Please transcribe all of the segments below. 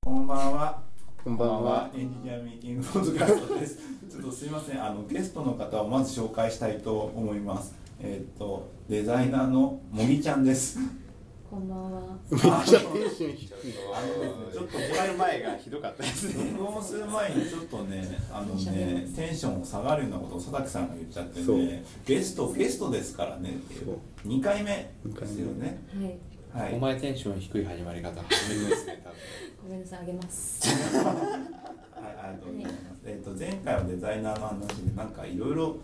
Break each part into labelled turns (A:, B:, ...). A: こんばんは。
B: こんばんは。
A: エンジニアミーティングポッドキャストです。 ちょっとすいません、あのゲストの方をまず紹介したいと思います。えーっとデザイナーのもみちゃんです。
C: こんばんは。
B: めっちゃテンション低
A: ち
B: い。
A: ょっと
D: 始まる前がひどかったですね。
A: 録音する前にちょっとね、あのね、テンションを下がるようなことを佐竹さんが言っちゃって
B: そう
A: ね、ゲストゲストですからねっていう
B: そう
A: 二回目
B: 二回目
A: ですよね。
C: はい。
A: は
D: お
A: い。
D: 前テンション低い始まり 方初めてですね。
C: ごめんなさい、あげます。
A: はい、ありがとうございます。えっ、と前回はデザイナーの話でなんかいろいろ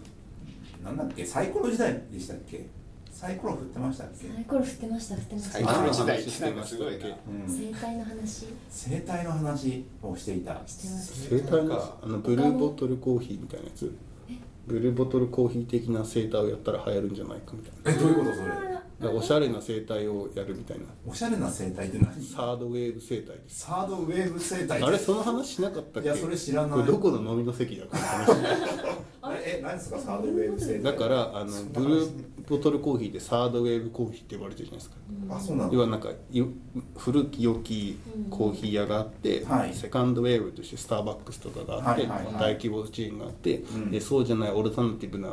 A: なんだっけサイコロ時代でしたっけ？サイコロ振ってましたっけ？
C: サイコロ振ってました、振ってまし
D: 多
C: た。
D: 分
B: イコロ
D: 時代ってなんかすごいな。
A: うん。
C: 生態の話。
A: 生態の話をしていた。
C: してます
B: 生態があのブルーボトルコーヒーみたいなやつ。ブルーボトルコーヒー的な生態をやったら流行るんじゃないかみたいな。
A: えどういうことそれ？
B: だからおしゃれな生態をやるみたいな。
A: おしゃれな生態って何？
B: サードウェーブ生態です。
A: サードウェーブ生態。
B: あれその話しなかったっけ？
A: いやそれ知らない
B: これどこの飲みの席だから。
A: あれえ何ですかサードウェーブ生態？
B: だからあの
A: そんな
B: ブ
A: 話
B: ルーボトルコーヒーでサードウェーブコーヒーって呼ばれてるじゃないですか。
A: あそうなの。
B: 要はなんかよ古き良きコーヒー屋があって、
A: はい
B: セカンドウェーブとしてスターバックスとかがあって、
A: はいはいはい
B: 大規模チェーンがあって、
A: うん
B: でそうじゃないオルタナティブな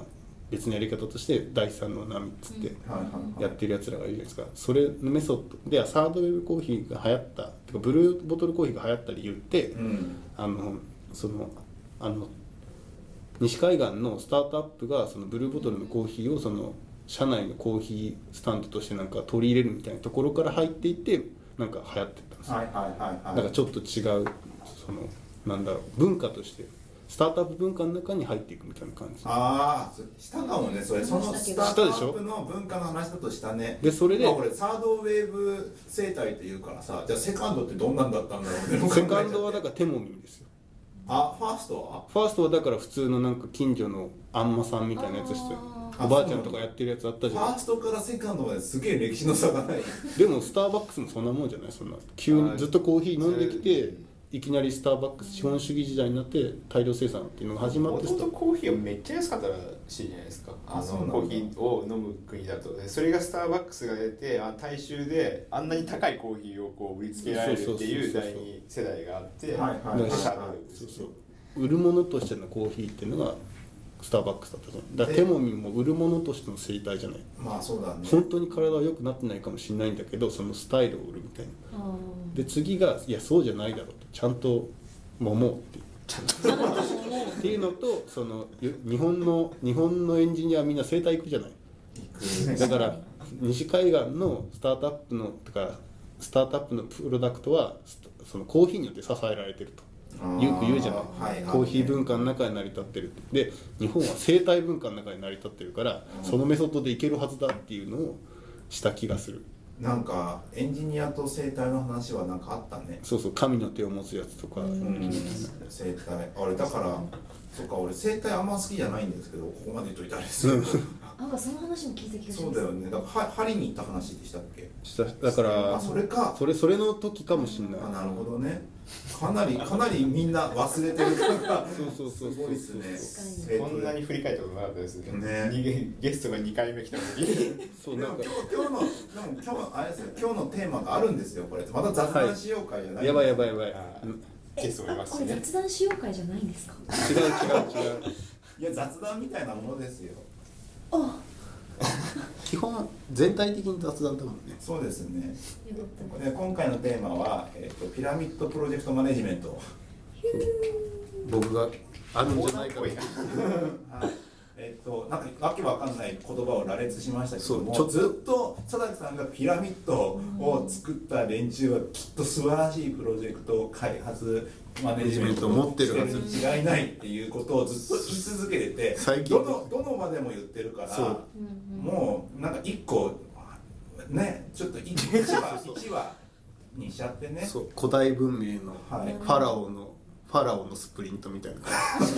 B: 別のやり方として第三の波っつって
A: はいはい
B: や
A: はい。
B: ってるやつらがいるじゃないですかそれのメソッドではサードウェーブコーヒーが流行ったてかブルーボトルコーヒーが流行った理由って、
A: うん。
B: あのそのあの西海岸のスタートアップがそのブルーボトルのコーヒーをその社内のコーヒースタンドとしてなんか取り入れるみたいなところから入っていってなんか流行ってったんですよ、
A: はいはいはいはい。
B: だからちょっと違うそのなんだろう文化としてスタートアップ文化の中に入っていくみたいな感じ
A: ああしたかもねそれそのスタートア
B: した
A: ッ
B: で
A: プ
B: し
A: の文化の話だとしたね
B: でそれで
A: まあ俺サードウェーブ生態って言うからさじゃあセカンドってどんなんだったんだろうって
B: セカンドはだ
A: ら
B: からテモミンですよ
A: あファーストは
B: ファーストはだから普通のなんか近所のあんまさんみたいなやつして
C: あ
A: ー
B: おばあちゃんとかやってるやつあった
A: フ
B: じゃない
A: ァーストからセカンドまですげえ歴史の差がない
B: でもスターバックスもそんなもんじゃないそんな急
D: は
B: に
D: い
B: ずっとコーヒー飲んできて
D: そ
B: いきなりスターバックス資本主義時代になって大量生産っていうのが始ま
D: も
B: って
D: と
B: ス
D: も
B: タ
D: とコーヒーはめっちゃ安かったらしいじゃないですか。あ
A: あそうな
D: の
A: んだ
D: コーヒーを飲む国だと、でそれがスターバックスが出て、あ大衆であんなに高いコーヒーをこう売りつけられるっていう
B: そうそうそうそう
D: 第二世代があって、
A: はいはいはい
B: だから
D: シャーベルです
B: そう
D: ね
B: そう売るものとしてのコーヒーっていうのがスターバックスだったじゃんだから
A: で
B: テモミンも売るものとしての生態じゃない
A: まあそうだね
B: 本当に体は良くなってないかもしれないんだけどそのスタイルを売るみたいな
C: あー
B: で次がいやそうじゃないだろうとちゃんと揉もうっていうっていうのとそのよ日本の日本のエンジニアはみんな生態行くじゃないだから西海岸のスタートアップのとかスタートアップのプロダクトはスタそのコーヒーによって支えられてると よく言うじゃない、コーヒー文
A: 化
B: 化の中に成り立ってるってで日本は生態文化の中に成り立ってるからそのメソッドでいけるはずだっていうのをした気がする
A: なんかエンジニアと生態の話はなんかあったね
B: そうそう神の手を持つやつとか、
A: うん生態あれだからそっか俺生態あんま好きじゃないんですけどここまで言っと いたんですよ
C: なんかその話も聞いた気がし
A: そ
C: ま
A: う
C: す。
A: だよね。だからは針に行った話でしたっけ？
B: しただから
A: あそれか。
B: それそれの時かもしんない
A: あなるほどね。かなりかなりみんな忘れてるから。
B: そうそうそうそう
A: すごいですね。
C: 確
D: こんなに
A: えっ
D: 振り返ったことなかったですね。
A: ね
D: にゲストが二回目来た時に。
B: そ
A: と
B: う
A: で
B: な
A: も
B: ん
A: 今
B: か
A: 日今日のでも今日のあれですよ今日のテーマがあるんですよこれまた雑談しようかじゃない、
B: やばいやばいやばい
D: あ
B: うん
D: ーゲストもい
C: あ、
D: ます
C: こ
D: し
C: れ
D: ね。
C: 雑談しよう会じゃないんですか。
B: 違う違う違う
A: いや雑談みたいなものですよ
C: あ、よ
B: 基本全体的に雑談だもんね
A: そうですね
C: かった。
A: で今回のテーマは、えっとピラミッドプロジェクトマネジメント
B: 僕があるんじゃないか
D: 多
B: と
D: いな
A: はいえっと、なんかわけわかんない言葉を羅列しましたけども
B: そうちょ
A: ずっと佐竹さんがピラミッドを作った連中はきっと素晴らしいプロジェクトを開発マネジメントを
B: 持ってるはず
A: してるに違いないっていうことをずっと言い続けてて
B: 最近
A: どのどの場でも言ってるから
B: そう
C: うんうん。
A: もうなんか一個ねちょっと一話一話にしちゃってね
B: そう古代文明のフ
A: はい
B: ァラオのファラオのスプリントみたいな
C: ス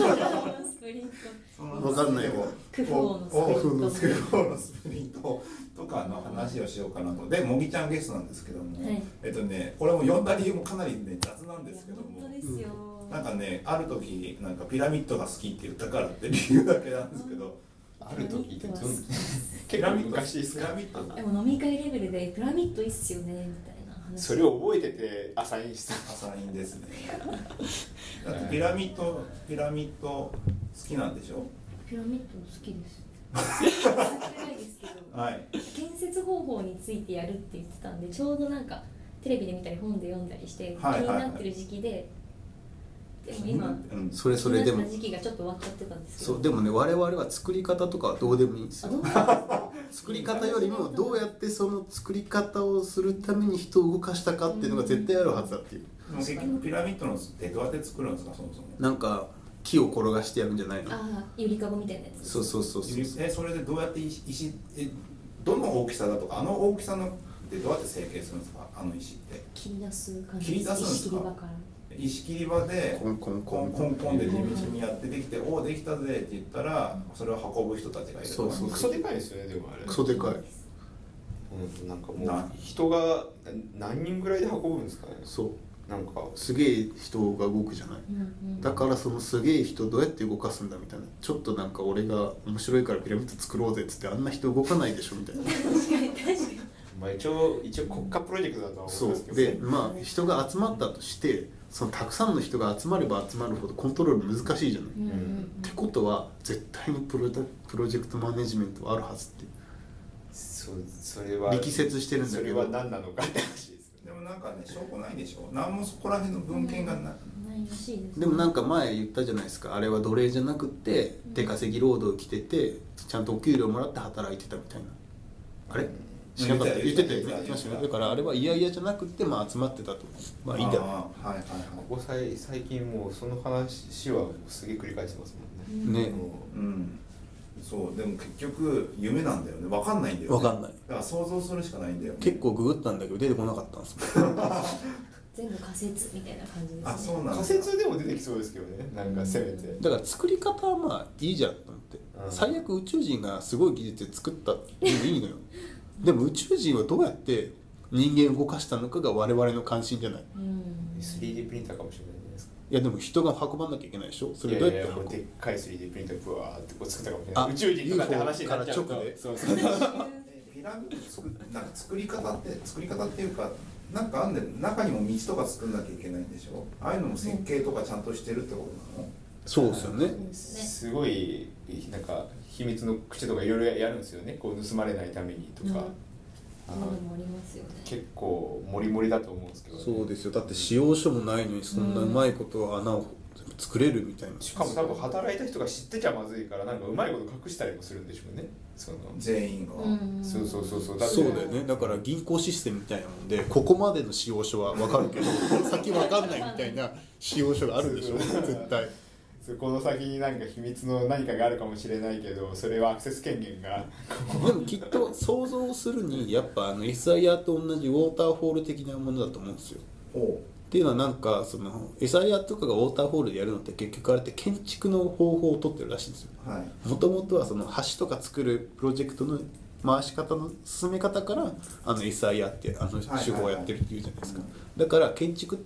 C: プリント。
B: わかんないけど
C: クフ王のスプ
A: お
C: リント。
A: クフ王のスプリントとかの話をしようかなとでもぎちゃんゲストなんですけども、
C: はい
A: えっとねこれも呼んだ理由もかなりね雑なん
C: い
A: で
C: や
A: すけど
C: 本
A: も
C: 当ですよ。
A: なんかねある時なんかピラミッドが好きって言ったからって理由だけなんですけど
D: ある時ってどん
C: ピラミッドは好きです
D: 結構昔です
A: ピ
D: か
A: ラミッド
C: でも飲み会レベルでプラミッドいいっすよねみたいな話
D: それを覚えててアサインした
A: アサインですねだってピラミッドピラミッド好きなんでしょ
C: ピラミッド好 きです。ないですけど。
A: はい
C: 建設方法についてやるって言ってたんで、ちょうどなんかテレビで見たり本で読んだりして気
A: はい
C: に
A: はいはい
C: なってる時期で、でも今
A: うん、
B: それそれで
C: 気に
B: も
C: なった時期がちょっと終わっちゃってたんですけど。
B: そうでもね我々は作り方とかはどうでもいいんです
C: あ
B: よ
C: どうなんですか
B: 作り方よりもどうやってその作り方をするために人を動かしたかっていうのが絶対あるはずだっていう
A: でも結局ピラミッドのってどうやって作るんですかそもそも
B: なんか木を転がしてやるんじゃないの
C: ああ、ゆりかごみたいなやつ。
B: そうそうそうそう
A: えそれでどうやって石石えどの大きさだとかあの大きさのってどうやって成形するんですかあの石って
C: 切り出す感
A: 切り
C: じ
A: 出すんですか
C: 石切り場から。
A: 石切り場で
B: コンコンコ
A: コン
B: ン
A: コンコンで地道にやってできて「おおできたぜ」って言ったらそれを運ぶ人たちがいる
B: そうそう
D: クソでかいですよねでもあれ
B: クソでかい
D: うんなんかも
A: な
D: う人がな何人ぐらいで運ぶんですかね
B: そう
D: なんか
B: すげえ人が動くじゃない
C: うんうん。
B: だからそのすげえ人どうやって動かすんだみたいなちょっとなんか俺が面白いからピラミッド作ろうぜっつってあんな人動かないでしょみたいな
C: 確かに確かに。
D: まあ一応一応国家プロジェクトだとは思
B: そ
D: うん
B: う
D: ですけど
B: でまあ人が集まったとしてそのたくさんの人が集まれば集まるほどコントロール難しいじゃない、
C: うんうん
B: っ
C: うん
B: てことは絶対にプロダプロジェクトマネジメントはあるはずっていう
D: そうそれは
B: 力説してるんだ
D: そ
B: け
D: れ
B: ど
D: は何なのかって話ですよね
A: でもなんかね証拠ないでしょ何もそこら辺の文献がない
C: ないらしいです。
B: でもなんか前言ったじゃないですかあれは奴隷じゃなくて
C: うん
B: 出稼ぎ労働着ててちゃんとお給料もらって働いてたみたいなあれ知らなかった
A: 言
B: 言っ
A: ってて
B: た
A: た
B: よ
A: よ言ってた
B: ね言ってましたよねだからあれは嫌々じゃなくてまあ集まってたとまあいいんだよ
A: あーはいはい
D: こ
A: は
D: こ最最近もうその話はもうすげえ繰り返してますもんね
B: ね
D: も
A: いうんそうでも結局夢なんだよね分かんないんだよね
B: わかんない
A: だから想像するしかないんだよね
B: 結構ググったんだけど出てこなかったんですもん
C: 全部仮説みたいな感じですね。
A: あそうなん
D: う
A: だ
D: 仮説でも出てきそうですけどねなんかせめて
B: だから作り方はまあいいじゃんと思って、
D: うん
B: 最悪宇宙人がすごい技術で作ったっていいのよ でも宇宙人はどうやって人間を動かしたのかが我々の関心じゃない
C: うん。
D: 3D プリンターかもしれないじゃないですか
B: いやでも人が運ばなきゃいけないでしょそれどうやって
D: いやいや
B: 運
D: もう
B: ぶ
D: でっかい 3D プリンターブワーってこう作ったかもしれ
B: あ
D: ない宇宙人とかって話になっちゃう
B: UFO から直で
D: とそうそう
A: えピラミッド作なんか作り方って作り方っていうかなんかあんで中にも道とか作んなきゃいけないんでしょああいうのも設計とかちゃんとしてるってことなの、
B: そうですよね
D: すごいなんか秘密の口とかいろいろやるんですよねこう盗まれないためにと
C: そう
D: か、あ
C: いうのもありますよね。
D: 結構モリモリだと思うんですけどね、
B: そうですよだって使用書もないのにそんなうまいこと穴を作れるみたいな、
D: しかも多分働いた人が知ってちゃまずいからなんかうまいこと隠したりもするんでしょうねその
A: 全員が、
C: うん
D: そうそうそうそうって
B: そうだよねだから銀行システムみたいなもんでここまでの使用書は分かるけどこの先分かんないみたいな使用書があるでしょ絶対
D: そうこの先になんか秘密の何かがあるかもしれないけどそれはアクセス権限が
B: でもきっと想像するにやっぱあの SIR と同じウォーターフォール的なものだと思うんですよ
A: お
B: っていうのはなんかその SIR とかがウォーターフォールでやるのって結局あれって建築の方法を取ってるらしいんですよ
A: はい
B: もともとはその橋とか作るプロジェクトの回し方の進め方からあの SIR ってあの手法をやってるっていうじゃないですか
A: はいは
B: だから建築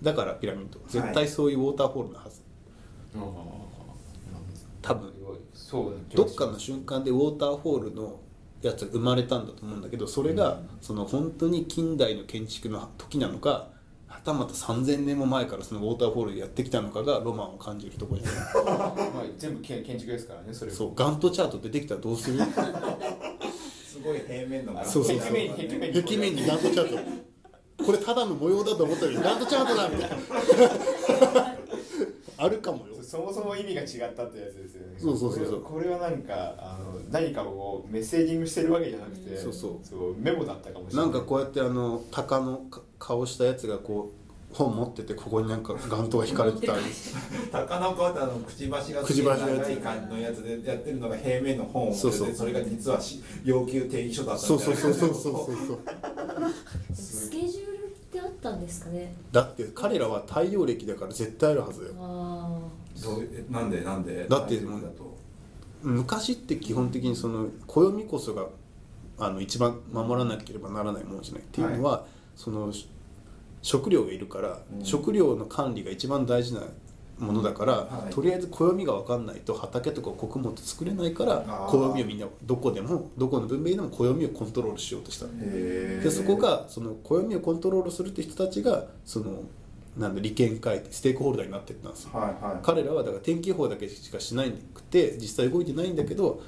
B: だからピラミッド絶対そういうウォーターフォールのはず多分
D: そう
B: どっかの瞬間でウォーターフォールのやつが生まれたんだと思うんだけどそれがその本当に近代の建築の時なのかはたまた3000年も前からそのウォーターフォールでやってきたのかがロマンを感じるところじゃない
D: まあ、全部建建築ですからねそ れも
B: そうガントチャート出てきたらどうする
A: すごい平面の
D: あ
B: そうそうそう
D: 壁面に壁面に
B: 壁面にガントチャートこれただの模様だと思ったのにガントチャートだみたいな あるかもよ
D: そそもそも意味が違ったってやつですよね
B: そうそうそうそう
D: これはこれはなんかあの何かをメッセージングしてるわけじゃなくて
B: そうそう
D: メモだったかもしれな
B: ないんかこうやってあの鷹のか顔したやつがこう本持っててここになんかガントが引かれてたり
A: 高の川ってあのくちばしがすげえ
B: くちばしのやつ
A: 長い感じのやつでやってるのが平面の本を持って
B: そ
A: て
B: うそう
A: それが実はし要求定義書だった
B: そうそうそうそうそう
A: う
B: そうそう
C: スケジュールってあったんですかね。
B: だって彼らは太陽暦だから絶対あるはずよ
C: あ
A: どうえなんでなんで
B: だって
A: なんでだと
B: 昔って基本的にその暦こそがあの一番守らなければならないものじゃないっていうのは、そのし食料がいるから、
A: うん
B: 食料の管理が一番大事なものだから、
A: はい
B: とりあえず暦が分かんないと畑とか穀物作れないから
A: あー
B: 暦をみんなどこでもどこの文明でも暦をコントロールしようとした
A: へー
B: でそこがその暦をコントロールするって人たちがそのなんだ利権会ってステークホルダーになってったんですよ
A: はいはい
B: 彼らはだから天気予報だけしかしないくて実際動いてないんだけど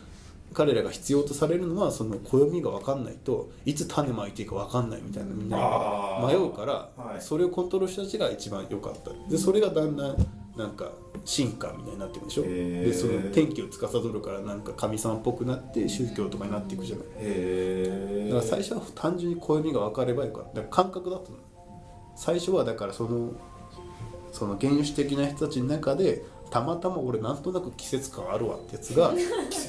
B: 彼らが必要とされるのはその暦が分かんないといつ種まいていいか分かんないみたいなみんな
A: あー
B: 迷うから、
A: はい
B: それをコントロールした人たちが一番良かったでそれがだんだんなんか進化みたいになっていくでしょ、
A: へー
B: でその天気を司るからなんか神様っぽくなって宗教とかになっていくじゃない
A: へえ
B: だから最初は単純に暦が分かればよかっただから感覚だったの最初はだからそのその原始的な人たちの中でたまたま俺なんとなく季節感あるわってやつ が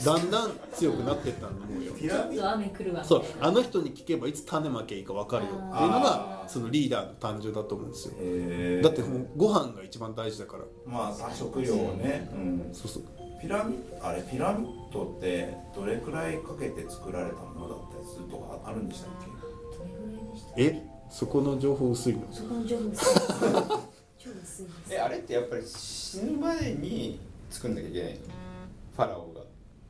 B: だんだん強くなってったんだと思うよ
A: ピ
C: ちょ
A: ラ
C: っ
A: ミッ
C: と雨来るわみた
B: そ
C: いうな
B: あの人に聞けばいつ種まけいいか分かるよっていうの
A: あ
B: が
A: ー
B: そのリーダーの誕生だと思うんですよ
A: ドへー
B: だってもうご飯が一番大事だから
A: まあ食料をね、うん、
B: そうそう
A: ピラミッドあれピラミッドってどれくらいかけて作られたものだったりするとかあるんでしたっけ
C: どれぐらいでした
B: えそこの情報薄いの
C: そこの情報薄い超薄いです
D: えあれってやっぱり死ぬまでに作んなきゃいけないのファラオが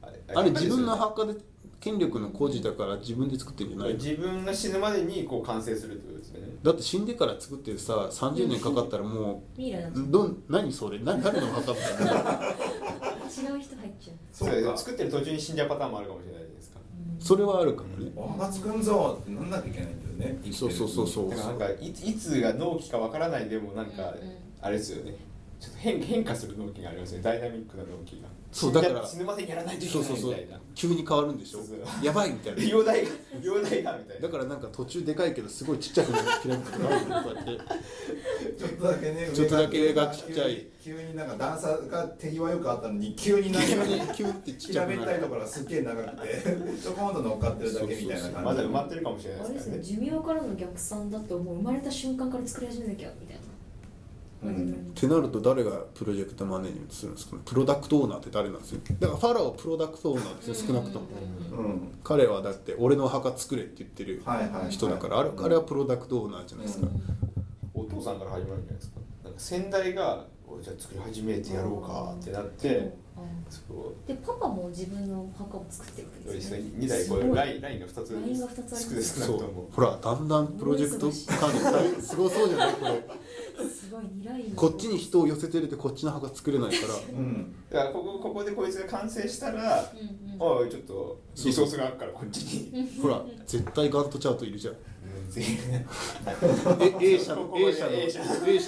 D: あれ
B: あれ自分の
D: やっ
B: 墓で権力の孤児だから自分で作ってるんじゃ
D: ぱ
B: ない
D: り
B: の
D: 自分が死ぬまでにこう完成するってことですよね
B: だって死んでから作ってさ30年かかったらも
C: ミイラなん
B: う
C: て
B: どん何それ何誰の墓みたいな
C: 違う人入っちゃう
D: それ作ってる途中に死んじゃうパターンもあるかもしれないじゃないですか
B: それはあるかもね
A: お墓作んぞってなんなきゃいけないんだよね生きて
B: そう
A: る
B: そうそうそう
D: だからなんかいついつが納期かわからないでもなんか
C: うんうん
D: あれですよねちょっと変変化する納期がありますよねダイナミックな納期が
B: そうだから
D: 死ぬまでにやらないといけ
B: そう
D: ない
B: そう
D: み
B: そ
D: た
B: う
D: いな
B: 急に変わるんでしょ
D: そう
B: やばいみたいな
D: 容体が容体がみたいな
B: だからなんか途中でかいけどすごいちっちゃくなるピラミッドがあるのこうやって
A: ちょっとだけね
B: ちょっとだけ上がちっちゃい
A: 急に急になんか段差が手際よくあったのに急になんか
B: 急にキュンってちっち
A: 平
B: ゃく
A: べっ
B: な
A: たい
B: る
A: ところがすっげえ長くて ちょこんと乗っかってるだけみたいな
D: ま
A: 感じ
D: だ埋まってるかもしれな
C: あれ
D: いで
C: ですす
D: から
C: ね
D: ね
C: 寿命からの逆算だともう生まれた瞬間から作り始めなきゃみたいな
A: うん
B: ってなると誰がプロジェクトマネージメントするんですかねプロダクトオーナーって誰なんですよだからファラオはプロダクトオーナーですよ少なくとも
A: うん
B: 彼はだって俺の墓作れって言ってる
A: はいはい
B: 人だからあれあれはプロダクトオーナーじゃないですか
D: お父さんから始まるんじゃないですかなんか先代が「おいじゃあ作り始めてやろうか」ってなって
C: うん
D: そこ
C: でパパも自分の墓を作ってるわけですよね
D: 2台こう
C: すごい
D: ラインラインが2つ
C: ラインが二つあります
D: 少な
B: そう
D: くなると思う
B: ほらだんだんプロジェクト管理大すごそうじゃ ないこれ
C: すごい二ライン
B: こっちに人を寄せてるってこっちの墓作れないから
A: うん
D: だからここここでこいつが完成したら
C: うんうん
D: おいちょっとリソースがあるからこっちに
B: ほら絶対ガントチャートいるじゃん
D: 全員
B: え A 社
D: こ
B: の
D: こ
B: A 社の
D: A
B: A
D: 社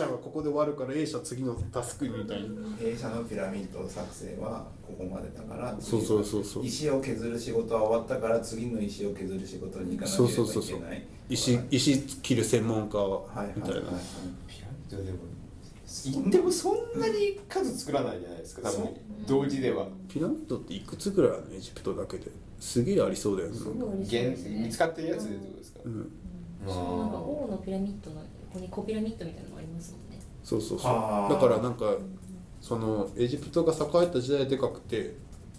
B: 社がここで終わるから A 社次のタスクみたいな
A: 弊社のピラミッド作成はここまでだから
B: そうそうそうそう
A: 石を削る仕事は終わったから次の石を削る仕事に行かなければいけない
B: そうそうそうそう石石切る専門家
A: はいはい
B: みたいな
D: ピラミッドでも言ってもそんなに数作らないじゃないですか多
A: そう
D: 分同時では
B: ピラミッドっていくつぐらいあるのエジプトだけですげえありそうだよね
C: すごい嬉しいで
D: 現
C: すね
D: 見つかってるやつでってことですか
B: うん
C: しかもなんか王のピラミッドのここに小ピラミッドみたいなのもありますもんね
B: そうそうそう
A: あー
B: だからなんかそのエジプトが栄えた時代でかくて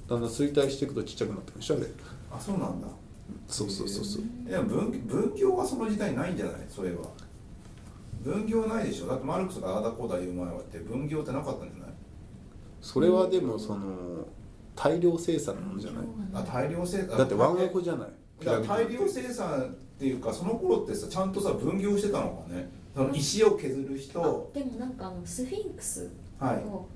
B: だんだん衰退していくとちっちゃくなってくるでしょあれ
A: あそうなんだ
B: そうそうそうそう
A: でも文文教はその時代ないんじゃないそういえば文教ないでしょだってマルクスがああだこうだ言う前はって文教ってなかったんじゃない
B: それはでもその大量生産のものじゃない
A: あ大量生産
B: だってワンオコじゃない
A: だから大量生産っていうかその頃ってさちゃんとさ分業してたのかねその石を削る人
C: あでもなんかあのスフィンクス
A: はい
C: を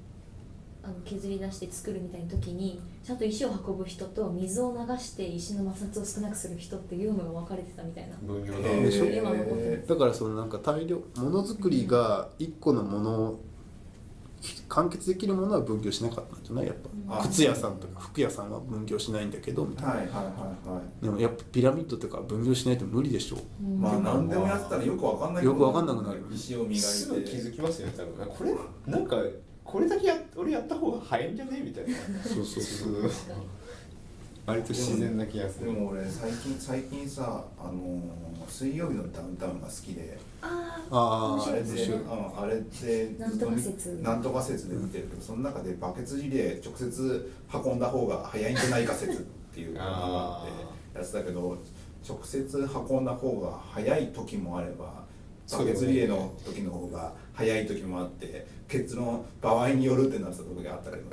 C: あの削り出して作るみたいな時にちゃんと石を運ぶ人と水を流して石の摩擦を少なくする人っていうのが分かれてたみたいな
D: 分業
A: へ
D: だ
A: ー
B: でしょ
C: 今残ってる
B: だからそのなんか大量ものづくりが一個のものを完結できるものは分業しなかったんじゃないやっぱ
A: あ
B: 靴屋さんとか服屋さんは分業しないんだけどみたいな
A: はいはいはいはい
B: でもやっぱピラミッドとか分業しないと無理でしょ
C: うん
A: まあ何でもやってたらよくわかんない
B: よくわかんなくなるよね
A: 石を磨いて
D: すぐ気づきますよね多分これなんかこれだけや俺やった方が早いんじゃねみたいな
B: そうそうそう
D: 普通割と自然な気がす
A: で
D: る
A: も俺最近最近さあのー水曜日のダウンタウンが好きで
C: ああ
B: あ
C: 面
A: あ
B: あ
C: 白
A: れ
C: い
A: で、
C: ですね
A: うん、あれで
C: なんとか説
A: なんとか説で見てるけどその中でバケツリレー直接運んだ方が早いんじゃないか説っていうのがあってやつだけど直接運んだ方が早い時もあればバケツリレーの時の方が早い時もあって結論場合によるってなってた時があったりも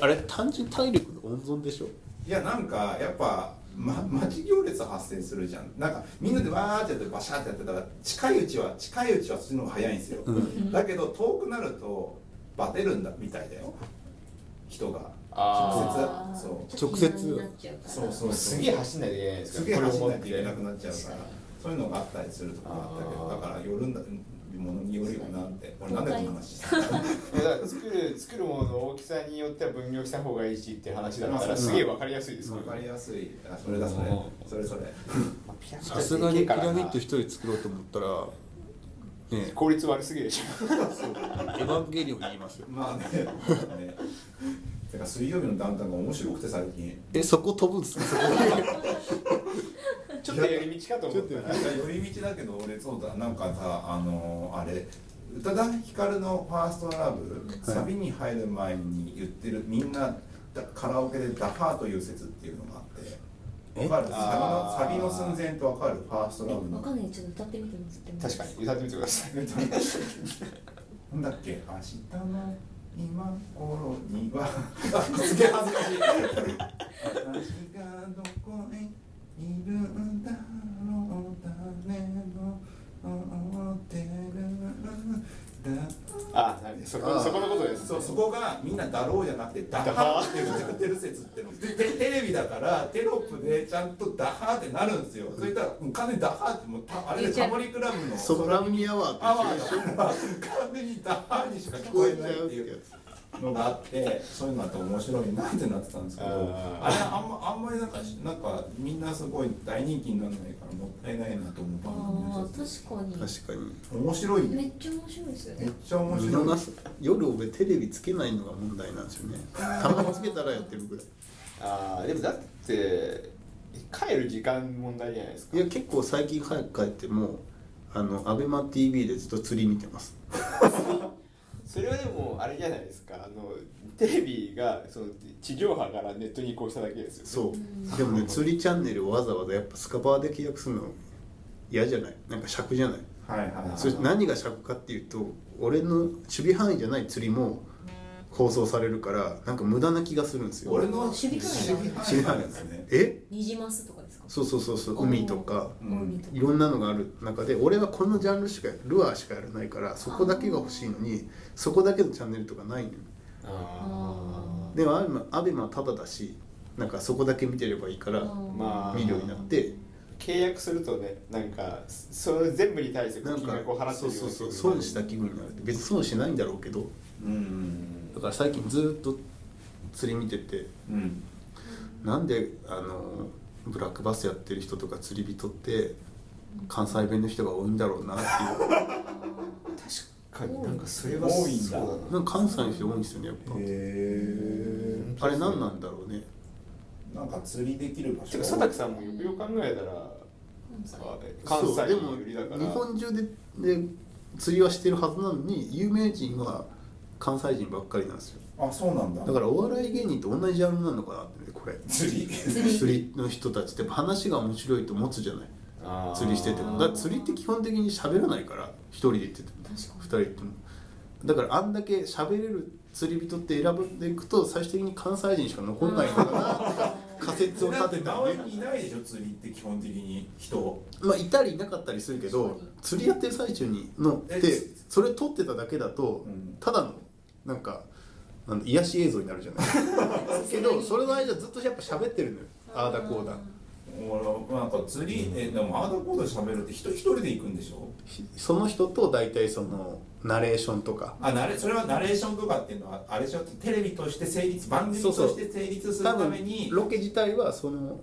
B: あれ単純に体力の温存でしょ
A: いやなんかやっぱ、ま、待ち行列発生するじゃんなんかみんなでわーってやってバシャーってやってたら近いうちは近いうちはそっちの方が早いんですよ、
B: ん
A: だけど遠くなるとバテるんだみたいだよ人が
D: あ
A: 直接そう
C: ちょっ
B: 直
C: と
B: 接
C: 気になっちゃうから
A: そうそう
D: ーすげえ走んないといけないんです
A: す
D: か
A: げえ走んないといけな
D: な
A: くなっちゃうから
C: 確かに
A: そういうのがあったりするとこがあったけど
D: あー
A: だからよるんだものによるよなって俺なんでこんな話してた
D: だから作る作るものの大きさによっては分業した方がいいしって話だった
A: う
D: ら
A: ん
D: すげえわかりやすいですよ
A: わ
D: ね
A: かりやすいあそれだそれ
D: うん
A: それそれ
D: まあピラミッド
B: さすがにピラミッド一
D: って
B: 人作ろうと思ったらねえ
D: 効率悪すぎるで
B: エ
D: し
B: ヴァンゲリオンに言いますよ
A: まあねねてか水曜日のダウンタウンが面白くて最近
B: えそこ飛ぶんですかそこ
D: ょちょっと寄り道かと思った
A: なんか寄り道だけど俺そうだなんかさあのあれ宇多田ヒカルの「ファーストラブ」サビに入る前に言ってるみんなだカラオケで「ダファー」という説っていうのがあってわかる
D: あー
A: サビのサビの寸前ってわかる「ファーストラブ」
C: わか
A: の
C: んないちょっと歌ってみてもらっても
D: 確かに歌ってみてください
A: なんだっけ「明日の今頃に は」あすげえ恥ずかしい私がどこへいるんだろう誰も思ってるんだ
D: あなるほどそこそこのことです
A: そうそこがみんな「だろう」じゃなくて「だは」って歌ってる説ってのでテテレビだからテロップでちゃんと「だは」ってなるんですよそれからもう完全に「だは」ってもうたあれでタモリクラブの
E: ソプラミアワ
A: ア
E: ーと
A: ワー
E: 一緒
A: だ
E: でしょ
A: から完全に「だは」にしか聞こえないっていうのがあってそういうのあって面白いなってなってたんですけど
D: あー
A: あれあんまあんまりなんかなんかみんなすごい大人気にならないからもったいないなと思う
C: あ
A: 番組の一つ
C: ー確かに
B: 確かに
A: 面白い
C: め
A: ね
C: っちゃ面白いですよ
A: めっ
C: ね
A: ちゃ面
B: 見
A: 白
B: 逃
A: い
B: す夜俺テレビつけないのが問題なんですよねたまにつけたらやってるぐらい
D: あーでもだって帰る時間問題じゃないですか
B: いや結構最近早く帰ってもあのアベマ t v でずっと釣り見てます
D: それはでもあれじゃないですかあのテレビがその地上波からネットに移行しただけですよ
B: そううでもね釣りチャンネルをわざわざやっぱスカパーで契約するの嫌じゃないなんか尺じゃない
A: はいはい
B: それ何が尺かっていうと俺の守備範囲じゃない釣りも放送されるからなんか無駄な気がするんですよ
A: 俺の
C: 守備範囲
A: 守備
B: 知ら
A: 範
B: な
A: 囲
B: い
A: で
B: ですす
A: ね
B: え
C: ニジマスとかですか
B: そうそうそうそう海とか
A: うん
C: 海とか
B: いろんなのがある中で俺はこのジャンルしかルアーしかやらないからそこだけが欲しいのにそこだけのチャンネルとかないのよ
D: あ
B: でもアベマアベマはタダだしなんかそこだけ見てればいいから
D: ー
C: うん
D: まあ
B: 見るようになって
D: 契約するとねなんかそれ全部に対して
B: な
D: 金
B: んか
D: 額を払って
B: そう
D: る
B: そうそう
D: う
B: 損
D: に
B: した気分になる別に損しないんだろうけど
A: うん
B: だから最近ずっと釣り見てて
A: うん
B: なんであのブラックバスやってる人とか釣り人って関西弁の人が多いんだろうなって いう
D: 確かになんかそれは
A: 多いんだ
D: そう
B: なんか関西の人多いんですよねやっ
A: へえ
B: ぱあれ何なんだろうね
A: なんか釣りできる場
D: て
A: 所
D: か佐竹さんもよくよく考えたら
C: 関西
D: 関西
B: そうでも
D: に売りだから
B: 日本中でで釣りはしてるはずなのに有名人は関西人ばっかりなんですよ
A: あそうなんだ
B: だからお笑い芸人と同じジャンルなのかなってねこれ
A: 釣り
C: 釣り
B: 釣りの人たちって話が面白いと持つじゃない
D: あー
B: 釣りしててもだから釣りって基本的に喋らないから一人で行ってても
C: 確かに
B: 二人行ってもだからあんだけ喋れる釣り人って選んでいくと最終的に関西人しか残んないのか なって仮説を
A: だ
B: 立
A: って
B: てた
A: 直
B: ね
A: 江にいないでしょ釣りって基本的に人
B: まあいたりいなかったりするけど釣りやってる最中にの
A: え
B: でそれ撮ってただけだと
A: うん
B: ただのなんかなんだ癒し映像になるじゃ ないけどそれの間ずっとやっぱ喋ってるのよああだこうだ
A: 俺なんか釣りえでもアーダーコード喋るって人一人で行くんでしょ
B: ひその人と大体そのナレーションとか
A: あナレそれはナレーションとかっていうのはあれでしょテレビとして成立番組として成立する
B: 多
A: ために
B: 分ロケ自体はその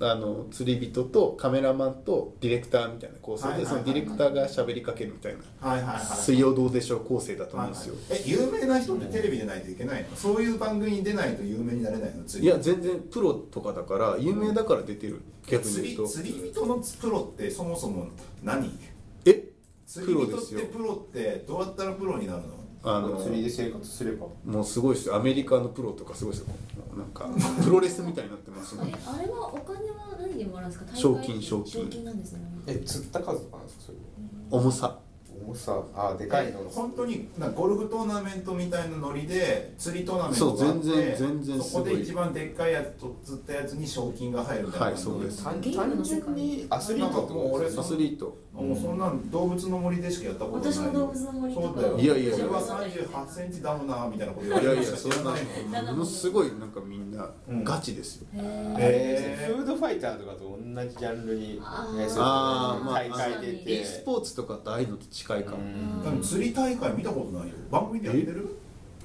B: あの釣り人とカメラマンとディレクターみたいな構成
A: はいは
B: で
A: いは
B: そ
A: い
B: のディレクターが喋りかけるみたいな
A: はいはいはい
B: 「水曜どうでしょう」構成だと思
A: は
B: う
A: い
B: ん
A: は
B: ですよ
A: いえ有名な人ってテレビでないといけないのそういう番組に出ないと有名になれないの釣
B: い
A: り
B: や全然プロとかだから有名だから出てる逆に
A: 釣
B: 言
A: り
B: うと
A: 釣り人のプロってそもそも何
B: え
A: 釣
B: プ
A: り
B: ロ
A: 人
B: で
A: っ
B: す
A: て
B: よ
A: プロってどうやったらプロになるの
B: あ
D: 釣りで
B: の
D: 生活すれば
B: もうすごいですよアメリカのプロとかすごいですよなん かプロレスみたいになってます
C: あれ
B: ね
C: あれはお金は何でもらうんですか
B: 賞金賞金
C: 賞金なんですね
D: え釣った数とかなんですかそれ
B: 重さ
D: は重さあでかいの
A: 本当になんかゴルフトーナメントみたいなノリで釣りトーナメン
B: そ
A: ト
B: う
A: があって
B: 全然全然す
A: そ
B: ご
A: こ
B: い
A: で一番でっかいやつと釣ったやつに賞金が入るみたいな
B: はいそうです
D: 単
C: ゲームの世界
D: 単純にアスリートってことです
B: ア
D: よ
B: ス
D: ね
B: リート
A: もうそんなの動物の森でしかやったことない
C: 私も動物の森とか
A: そうだよ
B: いやいやいや
A: 俺は38センチだもんなみたいなこと
B: い
A: 言わ
B: やい
A: れ
B: や
A: ました
B: そんなものすごいなんかみんな
A: うん
B: ガチですよ、
C: へえ
A: へー
D: フードファイターとかと同じジャンルに、ね
C: あー
D: そう
B: あーまあ
D: 大会出て、
B: e スポーツとかってああいうのと近いかも、
A: でも釣り大会見たことないよ番組でやってる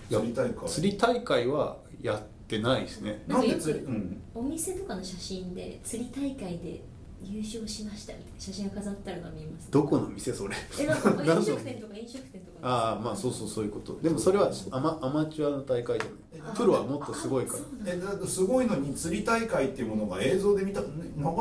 B: えいや
A: 釣り大会
B: 釣り大会はやってないですね
A: なんで釣りうん
C: お店とかの写真で釣り大会で優勝しましたみたいな写真を飾ってあるの見ます
B: どこの店それ
C: えなんか
B: なん
C: 飲食店とか飲食店とか
B: ああまあそうそうそういうことでもそれはアマアマチュアの大会じゃないプロはもっとすごいか
C: あ
B: ら
C: そうなんだ
A: えだってすごいのに釣り大会っていうものが映像で見た流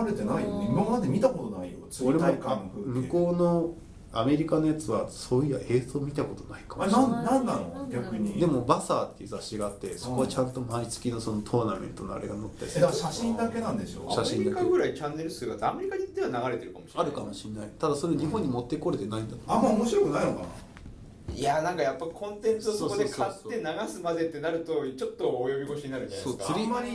A: れてないよね
C: うん
A: 今まで見たことないよ釣
B: 俺
A: り
B: も
A: 大会の風景
B: 向こうのアメリカのやつはそういや映像見たことないかも
A: あ
B: し
A: れ
B: れ
A: な
B: な
A: いんなんなの逆に
B: でも「バサー」っていう雑誌があってそこはちゃんと毎月のそのトーナメントのあれが載って
A: えだから写真だけなんでし
B: 写
A: ょ
B: 真だけ
D: アメリカぐらいチャンネル数があってアメリカでは流れてるかもしれ
B: あ
D: ない
B: るかもしれないただそれ日本に持ってこれてないんだろう
A: あんま面白くないのかない
D: やなんかやっぱコンテンツをそこで
B: そう
D: 買
B: そう
D: っ
B: そう
D: て
B: そう
D: 流すまでってなるとちょっと及び腰になるじゃないですか
B: そう釣
A: あ
B: り
A: んまり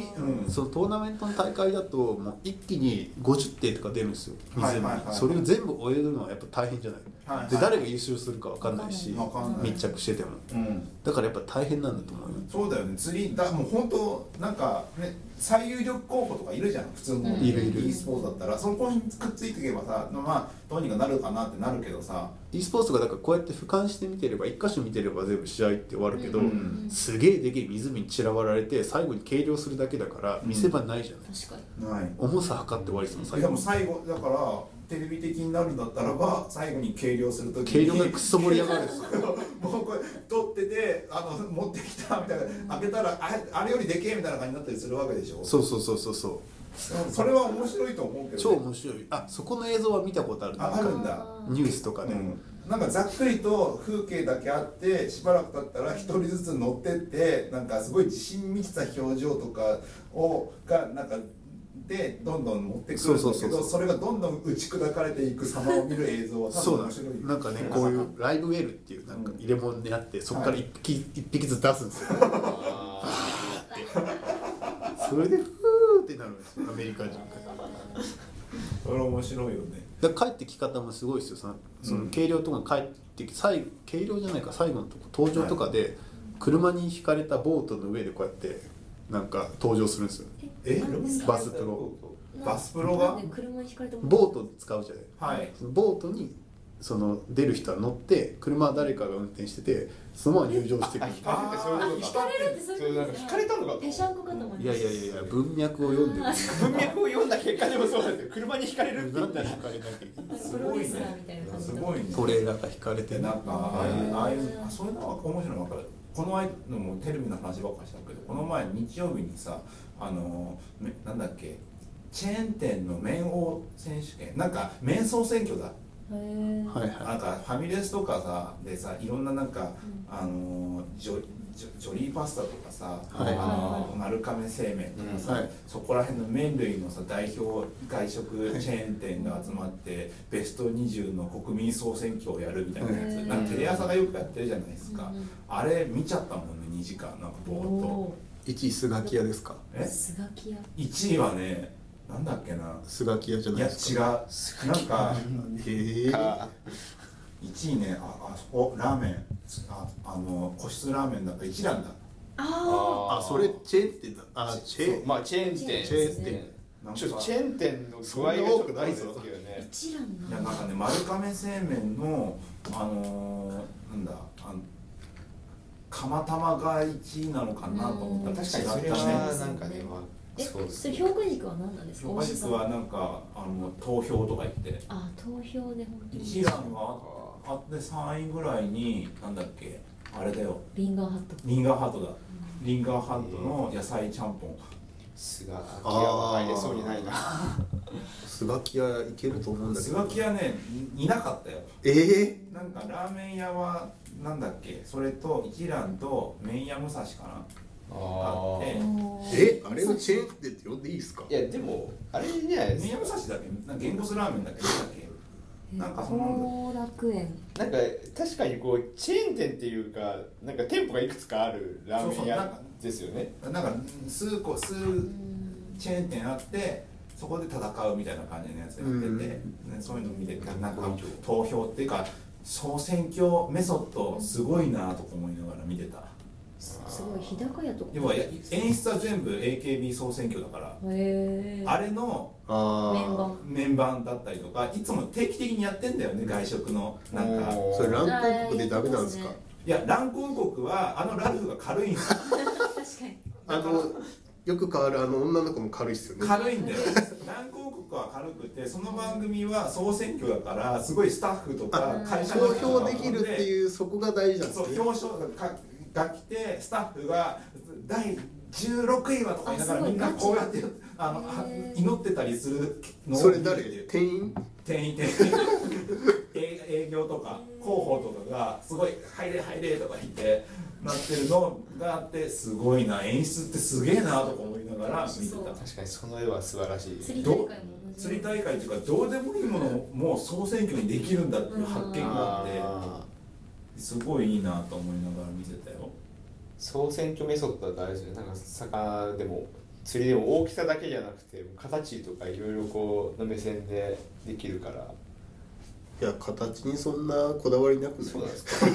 A: うん
B: そのトーナメントの大会だともう一気に50点とか出るんですよ水に、
A: はいはいはい
B: それを全部終えるのはやっぱ大変じゃない、
A: はい
B: で誰が優勝するか分かんないし
A: わかんない
B: 密着してても
A: うん
B: だからやっぱ大変なんだと思うよ
A: そうだよね釣りだもう本当なんかね最有力候補とかいるじゃん普通の
C: うん
B: いるいる
A: e スポーツだったらそこにくっついていけばさまあどうにかなるかなってなるけどさ
B: e スポーツがだからこうやって俯瞰して見てれば一箇所見てれば全部試合って終わるけど、
A: うん
B: すげえでけえ湖に散らばられて最後に計量するだけだから見せ場ないじゃない、
C: 確かに
A: ない
B: 重さ測って終わりですもん最
A: でも
B: 後
A: 最後だからテレビ的になるんだったらば最後に計量するとき
B: 計量が
A: に
B: くっそ盛 り上がるんですよ
A: もうこれ取っててあの持ってきたみたいな開けたらあれあれよりでけえみたいな感じになったりするわけでしょ
B: そうそうそうそうそ
A: それは面白いと思うけど
B: う
A: ね、
B: 超面白いあそこの映像は見たことあるな
A: ああるんだ
C: あ
B: ニュースとかで、
A: うん、なんかざっくりと風景だけあってしばらく経ったら一人ずつ乗ってってなんかすごい自信満ちた表情とかをがなんかでどんどん持ってくるんだけど
B: そ
A: そう
B: そうそうそう
A: れがどんどん打ち砕かれていく様を見る映像は多
B: そう
A: 分
B: だ
A: 面白い
B: なんかねこういうライブウェルっていうなんか入れ物であってそこから一匹,、一匹ずつ出すんですよ
D: あ
B: それでフーってなるんですよアメリカ人が
A: それ面白いよね
B: だから帰ってき方もすごいですよそのその軽量とか帰ってき最後軽量じゃないか最後のとこ登場とかで車に引かれたボートの上でこうやってなんか登場するんですよ
A: え
C: なんです
D: ー
C: か
B: バスプロ
C: な
A: バスプロが
C: なんで車にひかれた
B: ボート使うじゃない
A: はい
B: そのボートにその出る人は乗って車は誰かが運転しててそのまま入場してくる
D: 引かれてそういうこ
C: 引
D: とか
C: かれるってそう
D: それ
C: いう
D: な
C: こ
D: ん
C: とです
D: か引
C: ね
D: かれたのかと
C: ぺしゃんこかと思
B: い
C: いま
B: や
C: し
B: い
C: た
B: やいやいや文脈を読んでる
C: あ
D: 文脈を読んだ結果でもそうなんですよ車に引かれるって言
B: な
D: っ
B: ん
D: た
B: で
D: ら
B: 引かれなきゃいけない
A: す
C: プロ
A: ごい
C: レ
A: ね
C: スラーみたいな感じ
A: す
C: だ
A: ごいね
B: トレーラーが引かれて
A: で
B: な
A: なんかああいうああいうあそういうのは面白いの分かるこの前のもうテレビの話ばっかりしたけどこの前日曜日にさあのめなんだっけチェーン店の麺王選手権なんか麺総選挙だ
C: へー
B: はい
A: な
B: は
A: んかファミレスとかさでさいろんななんか、あのジョジョジョリーパスタとかさ、
B: はい
A: あの丸亀製麺とかさ、
B: うんはい
A: そこら辺の麺類のさ代表外食チェーン店が集まってベスト20の国民総選挙をやるみたいなやつ、
C: うん
A: なんかテレ朝がよくやってるじゃないですか、
C: うんうん
A: あれ見ちゃったもんね2時間なんかぼーっと
C: お
B: い1位スガキ屋ですか
C: ー
A: え
C: スガキ屋
A: 1位はねなんだっけな
B: スガキ屋じゃ
A: い
B: ない
A: や
B: です
A: 違
B: か
A: うなんか
B: 違うへえ
D: あ
A: 1位ねああそこラーメンああの個室ラーメンだった一蘭だ
C: あ
D: あ
B: あそれチェーンってだあチェーン
D: まあチェーン店
B: チェーン店
A: なんか
D: ちょっとチェーン店の具合がちょっとあれですけど
C: あ
D: ね
C: 一蘭
A: いや
C: な
A: なんかね丸亀製麺のあのー、なんだあの釜玉が1位なのかなと思ったら
D: 確かにそれ
A: 違ったね
D: はなんかねまあ
C: え
D: そうです
C: それ評価軸は何なんですか
A: 評価軸はなんかあの投票とか言って
C: あ投票で本当に
A: 1欄があって3位ぐらいになんだっけあれだよ
C: リンガーハット
A: リンガーハートだリンガーハートの野菜ちゃんぽん
D: すが気が入れそうにないな
B: スガキ屋行けると思うんだけ
A: ス
B: ど
A: ガキ屋ねいいなかったよ
B: ええ
A: なんかラーメン屋はなんだっけそれと一蘭と麺屋武蔵かなあって
B: えあれをチェーン店って呼んでいいですか
D: いやでもあれじゃないです
A: 宮武蔵だっけなんか言語スラーメンだっけなんだっけなんかそうなんだ
C: 後楽園
D: なんか確かにこうチェーン店っていうかなんか店舗がいくつかあるラーメン屋ですよね
A: なんか数個数
C: うん
A: チェーン店あってそこで戦うみたいな感じのやつやってて、
B: うん
A: ね、そういうの見ててなんか投票っていうか総選挙メソッドすごいなとか思いながら見てた
C: すすごい日高屋とか
A: 要はや演出は全部 AKB 総選挙だから
C: へえ
A: あれの
C: メンバ
B: あ
C: ー
A: 面番だったりとかいつも定期的にやってんだよね外食のなんか
B: あそれランコ国でダメなんですか
C: あーいい
A: いやランコン国はあのラルフが軽いんですよ
C: 確かに
B: あのよく変わるあの女の子も軽いっすよね
A: 軽いんだよ南広告は軽くてその番組は総選挙だからすごいスタッフとか
C: あ
A: 会社の
B: 投
A: 人とか
B: 票できるっていうそこが大事なんです
A: そう
B: ね
A: 表彰がが来てスタッフが第16位はとか言いながら
C: あすごい
A: みんなこうやって
C: ガチ
A: あのあ
C: へー
A: 祈ってたりするのを
B: それ誰
A: 見るっていう
B: 店員
A: 店員店 員営営業とか広報とかがすごい「入れ入れ」とか言ってなってるのがあってすごいな演出ってすげえなとか思いながら見てた。
D: 確かにその絵は素晴らしい
C: 釣り大会も同じ
A: 釣り大会っていうかどうでもいいものをもう総選挙にできるんだっていう発見があって
D: あー
A: すごいいいなと思いながら見てたよ
D: 総選挙メソッドは大事ですねなんか魚でも釣りでも大きさだけじゃなくて形とかいろいろこうの目線でできるから
B: いや形にそんなこだわりなくない
D: そうなんですか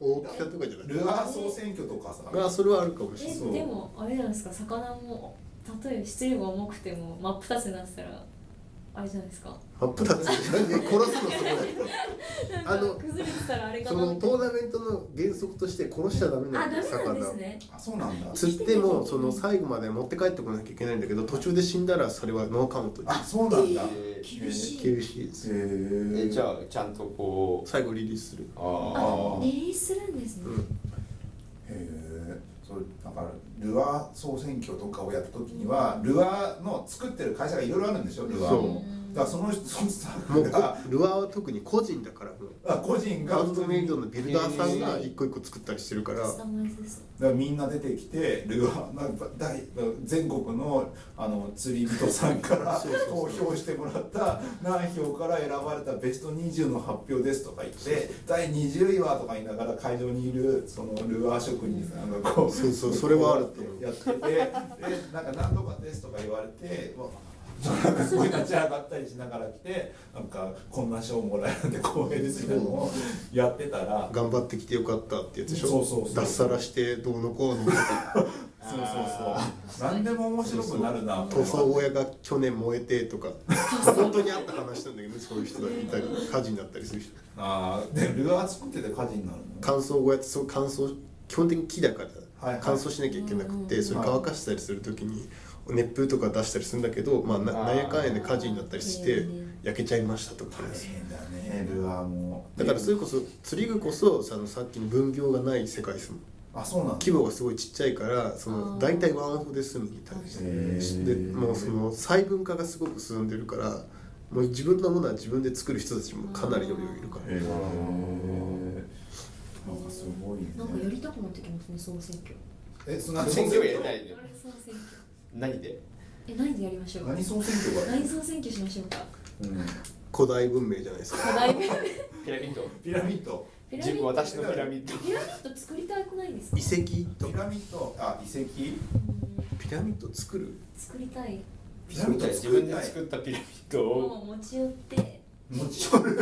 B: 大きさとかじゃない
A: ルアー総選挙とかさ
B: まあそれはあるかもしれない
A: そう
C: えでもあれじゃないですか魚も例えば質量が重くても真っ二つになってたらあれじゃないですか
B: 真っ二つに殺すのすごい
C: なん
B: あの
C: か崩れてたらあれか
B: そ
C: な
B: の
C: みたい
B: トーナメントの原則として殺しちゃダメ
C: な
B: な
C: あ
B: ん
C: ダ
B: だ
C: メ
B: よ
C: なんですね
A: あそうなんだ
B: 釣ってもその最後まで持って帰ってこなきゃいけないんだけど途中で死んだらそれはノーカウント
A: あそうなんだへ
D: えー
C: 厳しい
B: 厳しいです
A: え
D: えじゃあちゃんとこう
B: 最後リリースする
D: あ
C: あ
D: あ
C: リリースするんですね、
B: うん
A: へえそうだからルアー総選挙とかをやった時にはルアーの作ってる会社がいろいろあるんでしょルアーも
C: そう
A: だからその人そのスタッ
B: もう
A: フが
B: ルアーは特に個人だからもう
A: あ個人が
B: ハン
A: 普
B: ド
A: 通
B: メイ
A: に
B: ドのビルダーさんが
D: えー
B: 一個一個作ったりしてるから
C: スタマイズです
A: だからみんな出てきてルアーなんか大全国のあの釣り人さんから
B: そうそうそ
A: 投
B: う
A: 票してもらった何票から選ばれたベスト20の発表ですとか言って第20位はとか言いながら会場にいるそのルアー職人さんがこう
B: そうそうそれはあると思う
A: やっててでなんか何とかですとか言われて。うわなんかすごい立ち上がったりしながら来てなんかこんな賞もらえるんで光栄ですみたいなのをやってたら
B: 頑張ってきてよかったってやつでしょ
A: そうそうそう
B: 脱サラしてどうのこうの
A: そうそうそう。何でも面白くなるな。
B: 塗装親が去年燃えてとか本当にあった話なんだけどねそういう人がいたり火事になったりする人
A: ああ、でルアー作ってて火事になるの。
B: 乾燥後やってそう乾燥基本的に木だから、
A: はいはい
B: 乾燥しなきゃいけなく
C: う
B: て
C: ん
B: それ乾かしたりする時に熱風とか出したりするんだけど、まあ、な
D: あ
B: な
D: ー
B: んやかんやで火事になったりして
C: うん
B: 焼けちゃいましたとかね
A: 大変だね、ルアーも。
B: だからそれこそ釣り具こそそのさっきの分業がない世界ですもん
A: あ、そうなんだ。
B: 規模がすごいちっちゃいからそ
C: あ
B: の
C: ー
B: 大体ワンオフで済むみたいな
A: へー
B: でもうその細分化がすごく進んでるからもう自分のものは自分で作る人たちもかなりの量いるか
A: へえ。なんかすごい
C: なんかや
A: ね。
C: りたくなってきますね総選挙
A: え、そんな
D: 選挙はやりたいね
C: あれ総選挙
D: 何で
C: え何でやりましょう
A: 何総選挙がある。
C: 何総選挙しましょうから
B: ら古代文明じゃないですか
C: 課題
D: ピラミッド
A: ピラミッド。
C: ピラミ
D: 自
C: ッ
D: 分
C: ド
D: 私のピラミッド
C: ピラミッド作りたくないですか
B: 遺跡と
A: ピラミッド。あ、遺跡。
C: うん
B: ピラミッド作る
C: 作りたい
A: ピラミッド
D: 自
A: 作
D: 分
A: りたい。
D: で作ったピラミッド
C: も
D: を
C: う持ち寄って
A: 持ち寄る。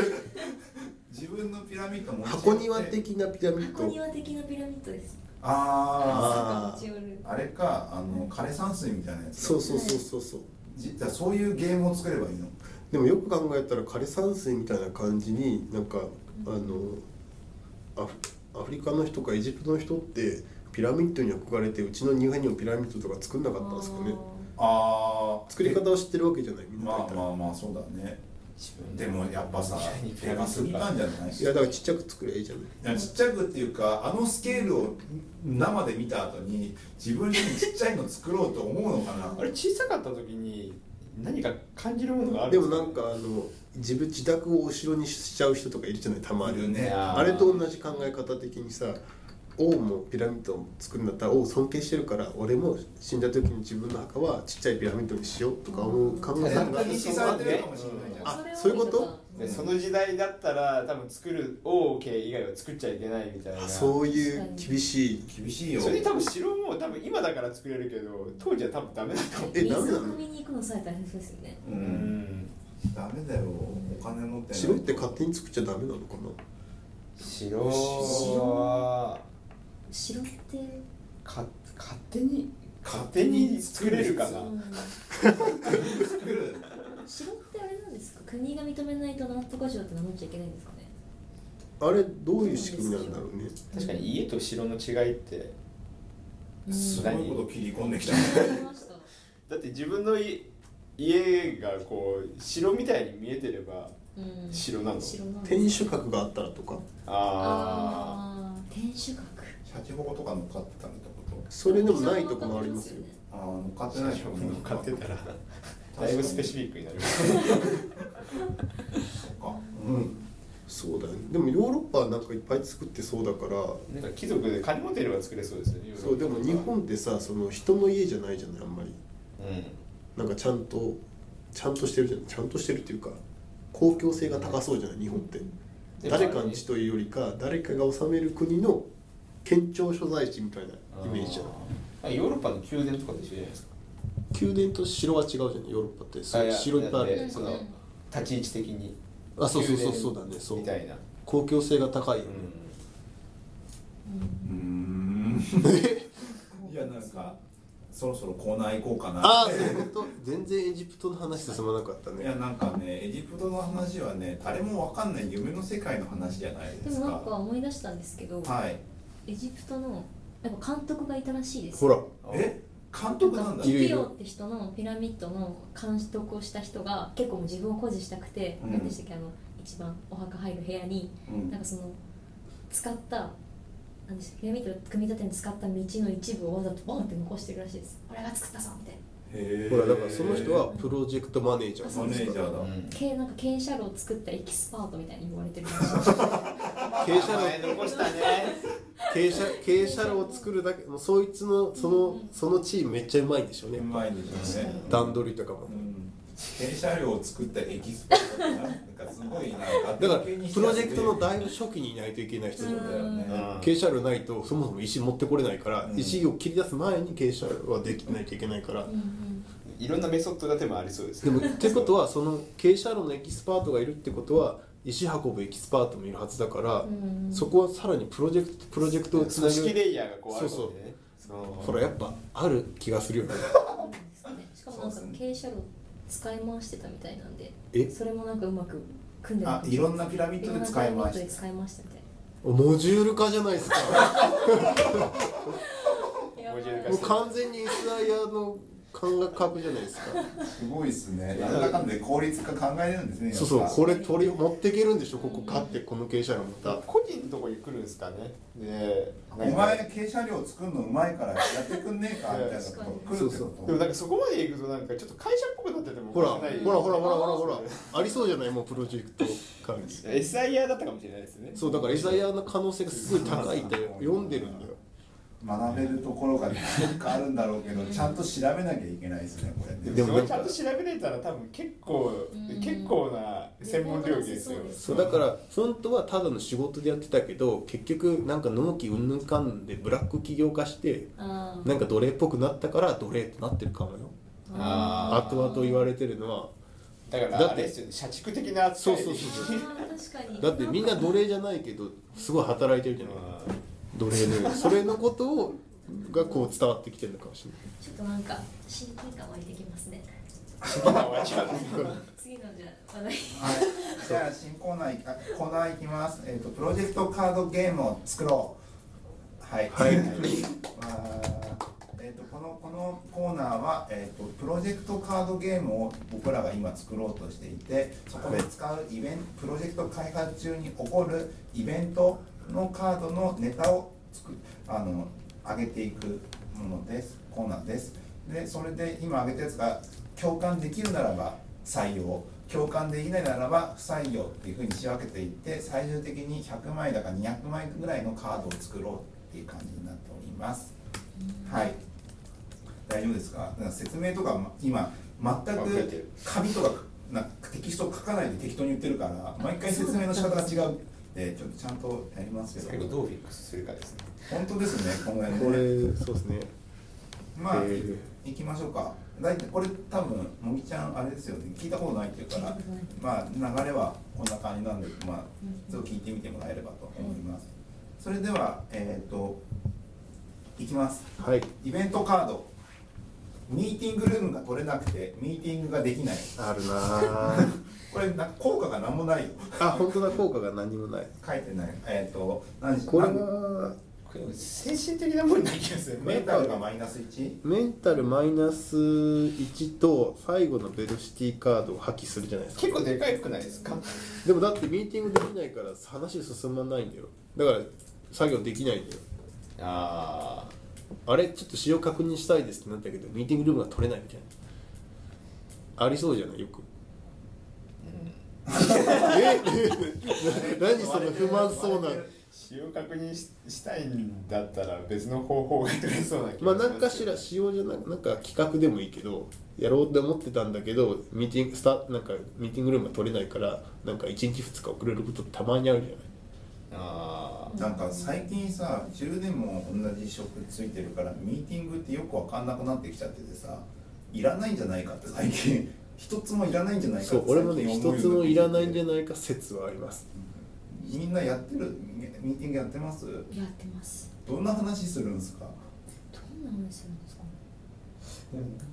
A: 自分のピラミッド持ち寄って
B: 箱庭。的なピラミッ
C: 箱
B: ド
C: 庭的なピラミッドです
A: あ
B: あー
C: 持ち寄る
A: あ。あれか、あの枯山水みたいなやつ。
B: そうそうそうそうそう
A: じじゃあそういうゲームを作ればいいの
B: でもよく考えたら枯山水みたいな感じになんかあのアフアフリカの人かエジプトの人ってピラミッドに憧れてうちの庭にもピラミッドとか作んなかったんですかね
A: ああ
B: 作り方を知ってるわけじゃないみんな
A: ま
B: 大
A: あ
B: 体、
A: まあまあそうだね
D: 自分
A: でもやっぱさ
D: 何
A: でかすぎたんじゃない
B: いやだからちっちゃく作りゃいいじゃない
A: いやちっちゃくっていうかあのスケールを生で見た後に自分にちっちゃいの作ろうと思うのかな
D: あれ小さかった時に何か感じるものがある
B: でもなんかあの自分自宅をお城にしちゃう人とかいるじゃないたま
A: い
B: に
A: るね
D: あー
B: あれと同じ考え方的にさ王もピラミッドを作るんだったら王を尊敬してるから俺も死んだ時に自分の墓はちっちゃいピラミッドにしようとか思う考え
A: や
B: 方
A: っ
B: が
A: ぱり意識されてるかもしれないじゃん
B: あそういうこと
D: でその時代だったら多分作る王家以外は作っちゃいけないみたいな
B: そういう厳しい
A: 厳しいよ
D: それに多分城も多分今だから作れるけど当時は多分ダメだと思う
B: えダメ
C: 水
B: な
C: を
B: の
C: 汲みに行くのさえ大変そうですよね
A: う
D: うんん
A: ダメだよお金持ってない
B: 城って勝手に作っちゃダメなのか
D: 城は
C: 城って
D: か勝手に勝手に作れるかな
C: うん
A: 作る
C: 城ってあれなんですか国が認めないとなんとか城って名乗っちゃいけないんですかね
B: なあれどういう仕組みなんだろうね
D: 確かに家と城の違いって
A: すごいこと切り込んできたね
C: 思いました
D: だって自分のい家がこう城みたいに見えてれば
C: うん
D: 城なの
C: 城なの
B: 天守閣があったらとか
D: ああ
C: ああ天守閣
A: シャチホコとか乗っかってたみたいなこと
B: それでもないとこもありますよ
A: ああ乗っかって
D: 社
A: ない
D: 長も買ってたら
A: 確か
D: だ
A: に
D: いぶスペシフィックになる
A: そっかうん
B: そうだよねでもヨーロッパはなんかいっぱい作ってそうだから
D: なんか貴族で金持ってれば作れそうですよね
B: そうでも日本ってさその人の家じゃないじゃないあんまり
D: う
B: なんかちゃんとちゃんとしてるじゃんちゃんとしてるっていうか公共性が高そうじゃない日本って
D: ん
B: 誰かの地というよりか誰かが治める国の県庁所在地みたいなイメージじゃない
D: あーヨーロッパの宮殿とかと一緒じゃないですか
B: 宮殿と城は違うじゃないヨーロッパってそう
D: あいや
B: 城いっぱいある
D: だってその立ち位置的に
B: あそうそうそう
D: 宮殿
B: そうだねそう
D: みたいな
B: 公共性が高いよね、
A: うーん いやなんかそろそろコーナー行こうかな
B: ああそういうこと全然エジプトの話進まなかった
A: いや
B: ね
A: なんかねエジプトの話はね誰もわかんない夢の世界の話じゃない
C: で
A: です
C: もなんか
A: か
C: 思い出したんですけど
A: はい
C: エジプトのやっぱ監督がいたらしいです
B: ほら
A: え監督なんだ
B: いるい
C: ピ
B: る
C: オって人のピラミッドの監督をした人が結構もう自分を誇示したくて、
A: うん
C: 何でしたっけあの一番お墓入る部屋に
A: うん
C: なんかその使ったなんでしたっけピラミッドを組み立てに使った道の一部をわざとボンって残してるらしいです俺が作ったぞみたいな
A: へー
B: ほらだからその人はプロジェクトマネージャ
A: マ
B: ー
A: ネ
B: です
A: ージ
B: から
A: ャーだ、
C: けなんか傾斜路を作ったエキスパートみたいに言われてるらしい
B: 傾斜
D: 前残したね
B: 傾斜傾斜路を作るだけもうそいつのそのそのチームめっちゃうまいんでしょうね
A: うまいんでしょうね
B: 段取りとか
A: う
B: も
A: ん傾斜量を作ったエキスパートってなんかすごいなんか
B: だからプロジェクトのだいぶ初期にいないといけない人だ
A: そう
B: よ
A: だよね、
B: 傾斜路ないとそもそも石持ってこれないから、
A: うん
B: 石を切り出す前に傾斜路はできないといけないから、
C: うんうん
D: いろんなメソッドが手もありそうです
B: で
D: ね
B: もってことはその傾斜路のエキスパートがいるってことは石運ぶエキスパートもいるはずだから、
C: うんうん
B: そこはさらにプロジェクトプロジェクトを
D: 組
B: つなぐ
D: 織レイヤーがこうあるのでね
B: ほらやっぱある気がするよね
C: そうなんですかねしかもなんか
A: そうです
C: 傾斜路使い回してたみたいなんで
B: え
C: それもなんかうまく組んで
A: あいろんなピラミッドで使いま
C: いろんなピラミッドで
A: した
C: 使いましたみたいな
B: モジュール化じゃない ですか
D: ばいモジュール化
B: もう完全に SIR の感覚じゃないですか
A: すごいですねなんだかんだで効率化考えれるんですね
B: そうそう
A: やっぱ
B: これ取り持っていけるんでしょここ買ってこの傾斜路また
D: 個人のとこに来るんですかねで
A: お前傾斜量作るのうまいからやってくんねえかみたいなとこ来るって
B: そう
A: こと
B: そ
D: でもなんかそこまで行くとなんかちょっと会社っぽくなってても
B: ほら
D: お
B: ほ
D: か
B: ら
D: しくない
B: ほらほらほらほらほらありそうじゃないもうプロジェクト管理
D: SIR だったかもしれないですね
B: そうだから SIR の可能性がすごい高いって読んでるんだよ
A: 学べるところがなんかあるんだろうけどちゃんと調べなきゃいけないですねこれね
B: で
D: で
B: も
D: も
B: な
D: そ
B: ん
D: れ
B: か
D: ちゃんと調べれたら多分結構
C: うん
D: 結構な専門領域ですよ
C: そうです
B: そうだから本当はただの仕事でやってたけど結局なんか納期うんぬんかんぬんでブラック企業化して
C: あー
B: なんか奴隷っぽくなったから奴隷ってなってるかもよ
D: あ
B: 後々言われてるのは
D: だか
B: だ
D: ら
B: って
D: あれですよね社畜的な扱いで
B: そうそう
C: あー確かに
B: だってみんな奴隷じゃないけどすごい働いてるじゃない奴隷のようにそれのことをがこう伝わってきてるのかもしれない
C: ちょっとなんか親近感湧いてきますね次のじゃあ話
A: は
C: 題
A: い、じゃあ新コーナーいあコーナーいきます。えっ、とプロジェクトカードゲームを作ろう。はい。はい。えっ、とこのこのコーナーはえっ、とプロジェクトカードゲームを僕らが今作ろうとしていて、そこで使うイベントプロジェクト開発中に起こるイベントのカードのネタを作あの上げていくものです。コーナーです。でそれで今挙げたやつが共感できるならば採用共感できないならば不採用っていうふうに仕分けていって最終的に100枚だか200枚ぐらいのカードを作ろうっていう感じになっておりますはい大丈夫ですかなんか説明とか今全
D: あ増え
A: く
D: てる
A: 紙とかなんかテキスト書かないで適当に言ってるから毎回説明の仕方が違うでちょっとちゃんとやります
D: そ
A: け
D: れを
A: ど
D: どうフィックスするかですね
A: 本当ですねこの
B: こ
A: 辺ね
B: れそうですね
A: まあ、
B: えー
A: 行きましょうか大体これ多分もみちゃんあれですよね聞いたことないっていうか
C: 聞いた
A: ら
C: ことない
A: まあ流れはこんな感じなんでまあ
C: うん
A: ちょっと聞いてみてもらえればと思います、それではえっ、といきます
B: はい
A: イベントカードミーティングルームが取れなくてミーティングができない
B: あるなー
A: これなんか効果が何もないよ
B: あ本当だ効果が何もない
A: 書いてないえっ、と何時
B: これ
A: 何
B: は
D: これ精神的なもんな気がする
A: メンタルがマイナス 1?
B: メンタルマイナス1と最後のベロシティカードを破棄するじゃないですか
D: 結構でかいくないですか
B: でもだってミーティングできないから話進まないんだよだから作業できないんだよ
D: ああ
B: あれちょっと使用確認したいですってなったけどミーティングルームが取れないみたいなありそうじゃないよく え 何その不満そうな
D: 使用確認ししたいんだったら別の方法が取れそうな気
B: まあ
D: がします
B: 何かしら仕様じゃなくなんか企画でもいいけどやろうって思ってたんだけどミーティングスタなんかミーティングルームが取れないからなんか1日2日遅れることってたまにあるじゃない
D: ああ
A: なんか最近さ10年も同じ職ついてるからミーティングってよく分かんなくなってきちゃっててさいらないんじゃないかって最近 一つもいらないんじゃないかって
B: そう俺もね
A: 最
B: 一
A: 近思うようになってきて
B: つもいらないんじゃないか説はあります
A: みんなやってるミーティングやってます
C: やってます
A: どんな話するんですか
C: どんな話なんですか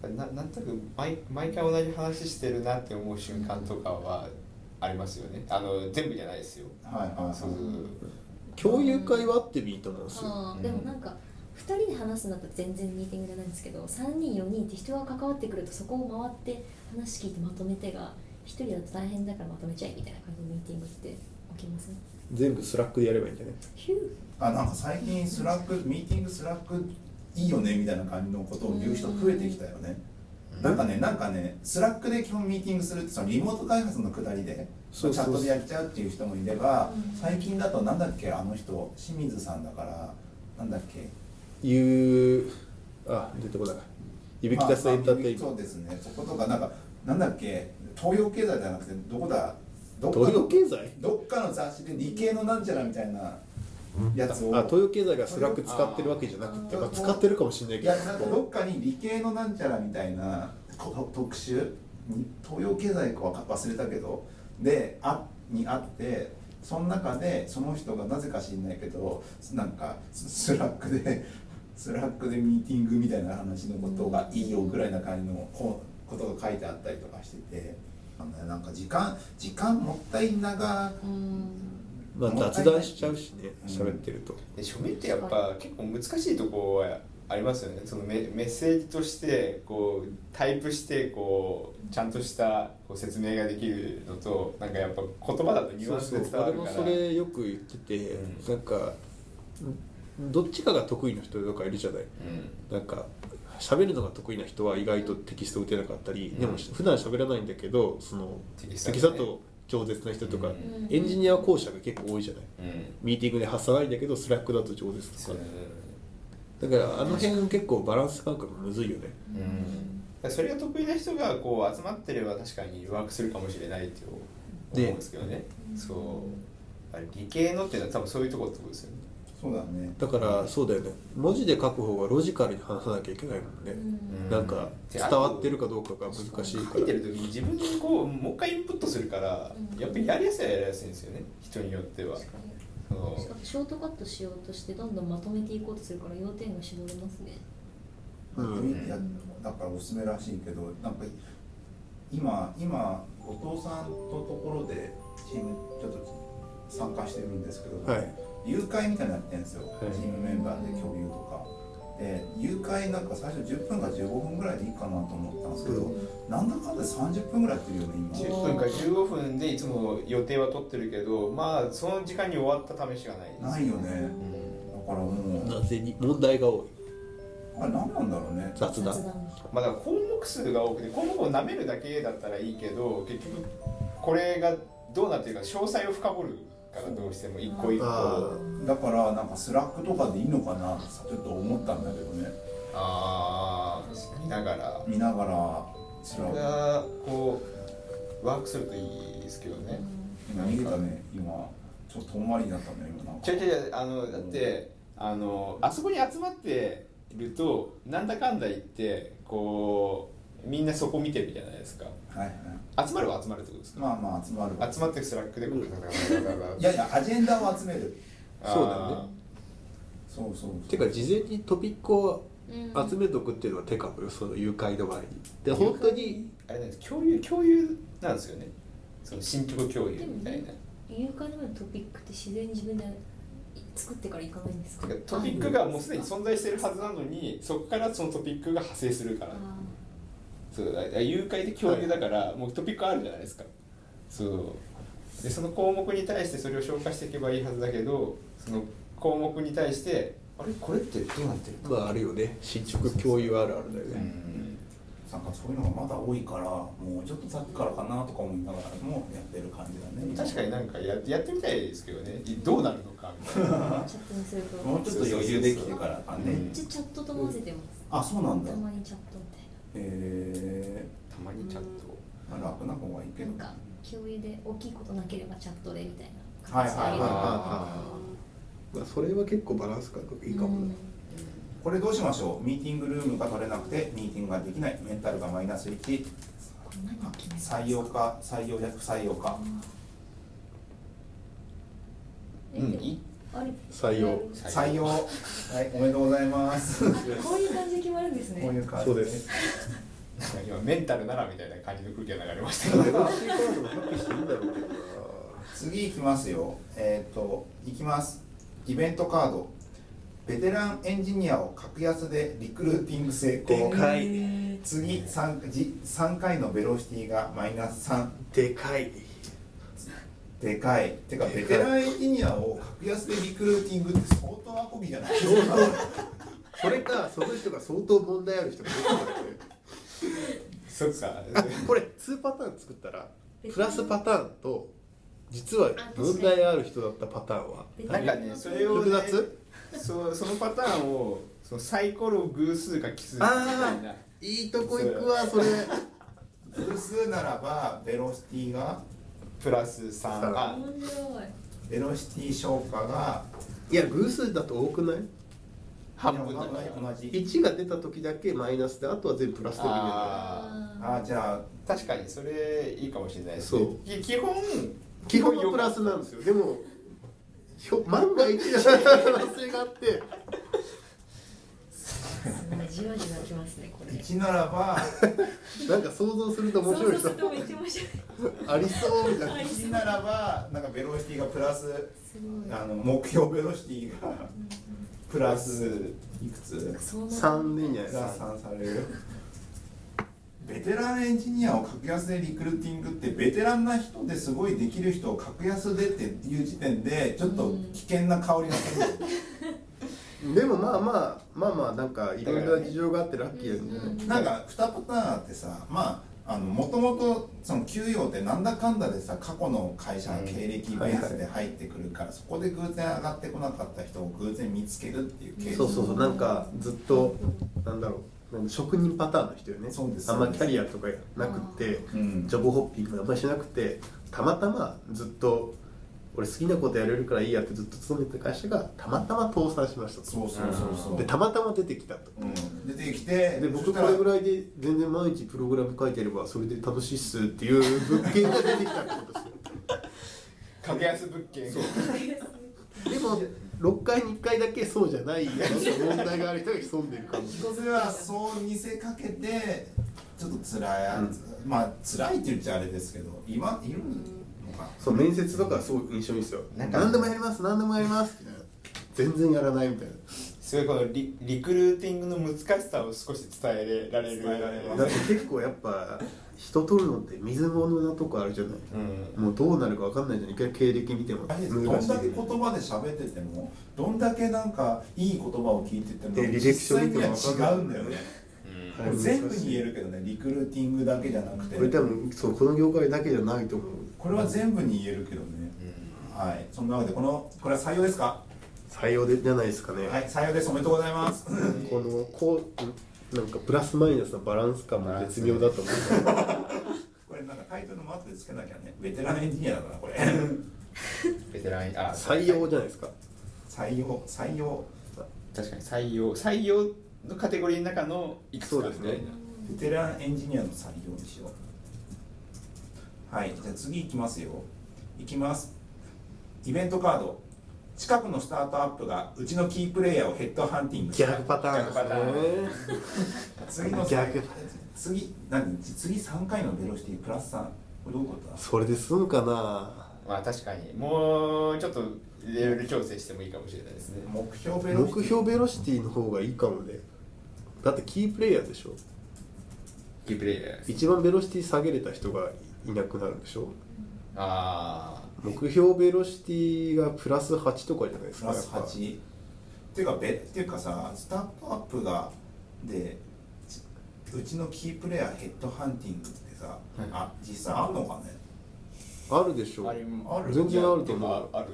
C: ね
D: なんかななんとなく毎毎回同じ話してるなって思う瞬間とかはありますよねあの全部じゃないですよ
A: はいはいはい
D: そう
B: 共有会はあってもいいと思うんですよ
C: あーでもなんか2人で話すんだったら全然ミーティングじゃないんですけど3人4人って人が関わってくるとそこを回って話聞いてまとめてが1人だと大変だからまとめちゃえみたいな感じのミーティングって起きますね
B: 全部スラックでやればいいんじゃない
C: ヒュー
A: あなんか最近スラックミーティングスラックいいよねみたいな感じのことを言う人増えてきたよねなんかねなんかねスラックで基本ミーティングするってそのリモート開発のくだりでチ
B: そ
A: ャ
B: うそ
A: ッ
B: うそう
A: トでやっちゃうっていう人もいれば
C: うん
A: 最近だとなんだっけあの人清水さんだからなんだっけ
B: いうあ出てこないいびきたすエンターテインメ
A: まあそ
B: ン
A: うですねそことかなんかなんだっけ東洋経済じゃなくてどこだど
B: ト
A: っかの
B: 東洋経済
A: どっかの雑誌で理系のなんちゃらみたいなやつを
B: あ東洋経済がスラック使ってるわけじゃなくて、まあ、使ってるかもしれない
A: い
B: けど
A: やなんかどっかに理系のなんちゃらみたいなこ特集に東洋経済かは忘れたけどであにあってその中でその人がなぜか知んないけどなんかススラックで スラックでミーティングみたいな話のことがいいよぐらいな感じのこことが書いてあったりとかしててあのねなんか時間時間もったいなが
C: うん
B: まあ、雑談しちゃうしね喋ってると、
D: で書面ってやっぱ結構難しいとこはありますよねそのメメッセージとしてこうタイプしてこうちゃんとしたこう説明ができるのとなんかやっぱ言葉だとニュ
B: そ
D: アン
B: う
D: ス
B: そ
D: で
B: う
D: 伝わ
B: 俺
D: るか
B: も
D: ら
B: それよく言ってて、
D: うん
B: なんかどっちかが得意な人とかいるじゃない
D: うん
B: なんか喋るのが得意な人は意外とテキスト打てなかったり、
D: うん
B: でも普段喋らないんだけどその
D: テキスト
B: テ
D: ね
B: キストだと饒舌な人とか、
D: うん
B: エンジニア講師が結構多いじゃない
D: うん
B: ミーティングで発さないんだけどスラックだと饒舌
D: そ
B: と
D: う
B: かだからあの辺結構バランス感覚がむずいよね
D: うんそれが得意な人がこう集まってれば確かにワークするかもしれないって思うん
B: で
D: ですけどねそうあれ理系のっていうのは多分そういうとこってことですよね
A: そうだね
B: だからそうだよね文字で書く方がロジカルに話さなきゃいけないもんね、
C: うん
B: なんか
D: で
B: 伝わってるかどうかが難しいか
D: 書いて
B: ら
D: る時に自分でこうもう一回インプットするから、
C: うん
D: やっぱりやりやすいはやりやすいんですよね人によっては
C: 確かに
D: その
C: しかもショートカットしようとしてどんどんまとめていこうとするから要点が絞れますね
B: うん
A: やだからおすすめらしいけどなんか今今お父さんのところでチームちょっと参加してるんですけど、
B: はい
A: 誘拐みたいになってるんですよ、
B: い
A: チームメンバーで共有とか。で誘拐なんか最初10分か15分ぐらいでいいかなと思ったんですけど、なんだかんだで30分ぐらいやってるよね今
D: 10分か15分でいつも予定は取ってるけどまあその時間に終わった試しがないです
A: ないよね
D: うん
A: だからもう
B: なぜに問題が多い
A: あれ何なんだろうね
B: 雑談
C: 雑談
D: まあだから項目数が多くて項目を舐めるだけだったらいいけど結局これがどうなってるか詳細を深掘るからどうしても一個一個
B: あ
A: だからなんかスラックとかでいいのかなってさちょっと思ったんだけどね
D: ああ見ながら
A: 見ながらス
D: そ
A: ラッ
D: れ
A: ク
D: がこうワークするといいですけどね
A: 何げたね今ちょっと遠回りになったんだよ今なんか
D: 違う違う違うあのだってあのあそこに集まってるとなんだかんだ言ってこうみんなそこ見てるじゃないですか
A: はいはい
D: 集まるは集まるってことですか
A: まあまあ集まるわ
D: 集まってスラックでこうガタガタガタガタ
A: いやいやアジェンダを集める
B: そうだよね
A: そうそうそう
B: てか事前にトピックを
C: うん
B: 集めとくっていうのは手かもよその誘拐の前にで本当に
D: あれなんです共有共有なんですよねその進捗共有みたいな
C: 誘拐のトピックって自然に自分で作ってからいかないんですか
D: てかトピックがもうすでに存在してるはずなのにそこからそのトピックが派生するから
C: あ
D: そうだ誘拐で共有だから、もうトピックあるじゃないですかそうでその項目に対してそれを消化していけばいいはずだけどその項目に対してあれこれってどうなってる
B: まああるよね進捗共有あるあるだよ
A: う
B: ね
A: んなんかそういうのがまだ多いからもうちょっとさっきからかなとか思いながらもやってる感じだね
D: 確かになんかややってみたいですけどねいどうなるのかみたいな
C: あチャットにすると
A: もうちょっと余裕できてからかね、
D: うん
C: ちょチャットと混ぜてます
A: あそうなんだ
C: たまにチャットみたい
A: え
D: たまにちゃんと
A: ー、まあ楽な方がいいけ
C: な
A: ど
C: なんか共有で大きいことなければチャットでみたいな
A: はいはい
C: であ
A: はい
C: げて
A: は
B: まあそれは結構バランス感覚いいかもね
A: これどうしましょうミーティングルームが取れなくてミーティングができないメンタルがマイナス1
C: こんなに決めた
A: 採用か採用や不採用か
C: え
D: うんいい
C: あれ
B: 採用
A: 採用はいおめでとうございますこ
C: こういう感じで決まるんです
A: うい
C: ね
A: う感じ
B: そうです
D: なんか今メンタルならみたいな感じの空気が流れましたけど
B: シーカードもハッピーしていいんだろうけどな
A: 次いきますよえっ、といきますイベントカードベテランエンジニアを格安でリクルーティング成功
B: い
A: 次 3, じ3回のベロシティがマイナス3
B: でかい
A: でかいてか
B: でかい
A: ベテランエンジニアを格安でリクルーティングって相当運びじゃないですか
B: それかその人が相当問題ある人が出てくる
D: そっか
B: あ これ2パターン作ったらプラスパターンと実は問題ある人だったパターンは
D: なんかねそれを、
B: 複
D: ね、
B: 雑
D: そうそのパターンをそのサイコロを偶数か奇数かみたいない
B: いとこ行くわそれ
A: 偶数ならばベロシティが
D: プラス3
B: 三
D: あ
C: 面白い
A: ベロシティ消化が
B: いや偶数だと多くない
D: 半分だか
A: いや同
D: ら
A: じ同じ
B: 1が出た時だけマイナスであとは全部プラスで見るんだ
D: あ
A: あじゃあ
D: ー確かにそれいいかもしれないです
B: そう
D: き基本
B: 基本のプラスなんですよでもひょ万が一じゃない可能性があって
C: すごいじわじわきますねこれ
A: 1ならば
B: なんか想像すると面白い人
C: も言ってました
B: ありそうみたいな
A: 1ならばなんかベロシティがプラス
C: すごい
A: あの目標ベロシティが プラスいくつ
C: そうな
B: 3年じゃないで
A: が
B: すか
A: 算されるベテランエンジニアを格安でリクルーティングってベテランな人ですごいできる人を格安でっていう時点でちょっと危険な香りがする、
B: でもまあまあまあまあなんかいろいろな事情があってラッキーなんじゃない、
A: なんか2パターンあってさまあもともと給与ってなんだかんだでさ過去の会社の経歴ベースで入ってくるから、そこで偶然上がってこなかった人を偶然見つけるっていうケース
B: そうそうそうなんかずっとなんだろうなんか職人パターンの人よね
A: そうです
B: あんまキャリアとかなくて
A: うん
B: ジョブホッピングあんまりしなくてたまたまずっと俺好きなことやれるからいいやってずっと勤めてた会社がたまたま倒産しましたと
A: そうそうそうそう
B: でたまたま出てきたと
A: うん、出てきて
B: で僕
A: そした
B: こ
A: ら
B: れぐらいで全然毎日プログラム書いてればそれで楽しいっすっていう物件が出てきたってことですよ
D: 格安物件
B: でも6回に1回だけそうじゃないなんか問題がある人が潜んでる感じ
A: それはそう見せかけてちょっと辛い、まあ辛いって言っちゃあれですけど今いるのか
B: そう面接とかすごい印象いいですよ
D: なんか
B: 何でもやります何でもやりますみたいな全然やらないみたいな
D: そういうこのリリクルーティングの難しさを少し伝えられる
A: 伝えられま
B: だって結構やっぱ人取るのって水物なとこあるじゃない
D: うん
B: もうどうなるか分かんないじゃん一回経歴見ても
A: あ
B: 難
A: れ
B: し
A: で
B: い
A: すどんだけ言葉で喋っててもどんだけなんかいい言葉を聞いてても
B: で履歴
A: 実
B: 書
A: 際
B: 見
A: に
B: て
A: は
B: も分か
A: 違
B: んない
A: うんだよね
B: はい
A: 全部に言えるけどねリクルーティングだけじゃなくて
B: これ多分そうこの業界だけじゃないと思う
A: これは全部に言えるけどねはいそんなわけでこのこれは採用ですか
B: 採用でじゃないですかね、
A: はい採用ですおめでとうございます
B: このこうなんかプラスマイナスのバランス感も絶妙だと思う
A: これなんかタイイトルも後でつけなきゃねベテランエンジニアだからこ れ
D: ベテランあ
E: 採用じゃないですか
A: 採用採用
D: 確かに採用採用のカテゴリーの中のいくつ
E: そ
D: か
E: うですね
A: ベテランエンジニアの採用にしようはいじゃあ次いきますよいきますイベントカード近くのスタートアップがうちのキープレイヤーをヘッドハンティングした
B: 逆パターン
D: 逆パター
B: ですね
A: 次の
B: 逆
A: 次何次3回のベロシティプラス3これどういうことだ
B: それで済むかな
D: まあ確かにもうちょっとレベル調整してもいいかもしれないですね
A: 目標ベロシティ
B: 目標ベロシティの方がいいかもねだってキープレイヤーでしょ
D: キープレイヤー
B: 一番ベロシティ下げれた人がいなくなるんでしょ
D: ああ
B: 目標ベロシティがプラス8とかじゃないです
A: プ
B: か
A: ラス
B: やっぱ
A: 8っていうかべっていうかさスタートアップがでちうちのキープレイヤーヘッドハンティングってさ、
D: い
A: あ実際あるのかね
B: あるでしょ
D: あ
B: あ
D: れ
B: る
D: も
A: ある
B: 全然あると思う
D: でもある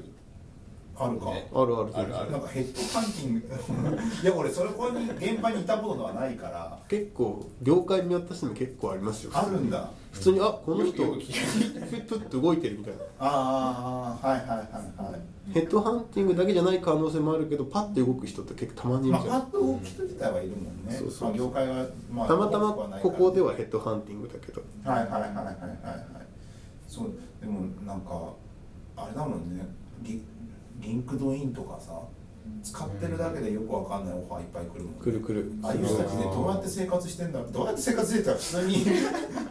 A: あるか、
D: ね
B: ある全然
D: あるある
A: なんかヘッドハンティング いや俺それここに現場にいたことはないから
B: 結構業界見渡しても結構ありますよ
A: あるんだあ
B: 普通にあこの人
D: よく
B: プップッと動いてるみたいな
A: あーはいはいはいはい
B: ヘッドハンティングだけじゃない可能性もあるけどパッて動く人って結構たまにい
A: ま
B: る
A: あ、
B: じ
A: パ
B: ゃん
A: ッと動き人自体はいるもんね、
B: そうそう
A: まあ、業界は、まあ、
B: たまたま
A: 大きくはないか
B: こ
A: ら
B: こではヘッドハンティングだけど
A: はいはいはいはいはいはいそうでもなんかあれだもんねリリンクドインとかさ使ってるだけでよくわかんないオファーいっぱい来るもん、ね、
B: くるくる
A: ああいう人たちねどうやって生活してんだどうやって生活してたら普通に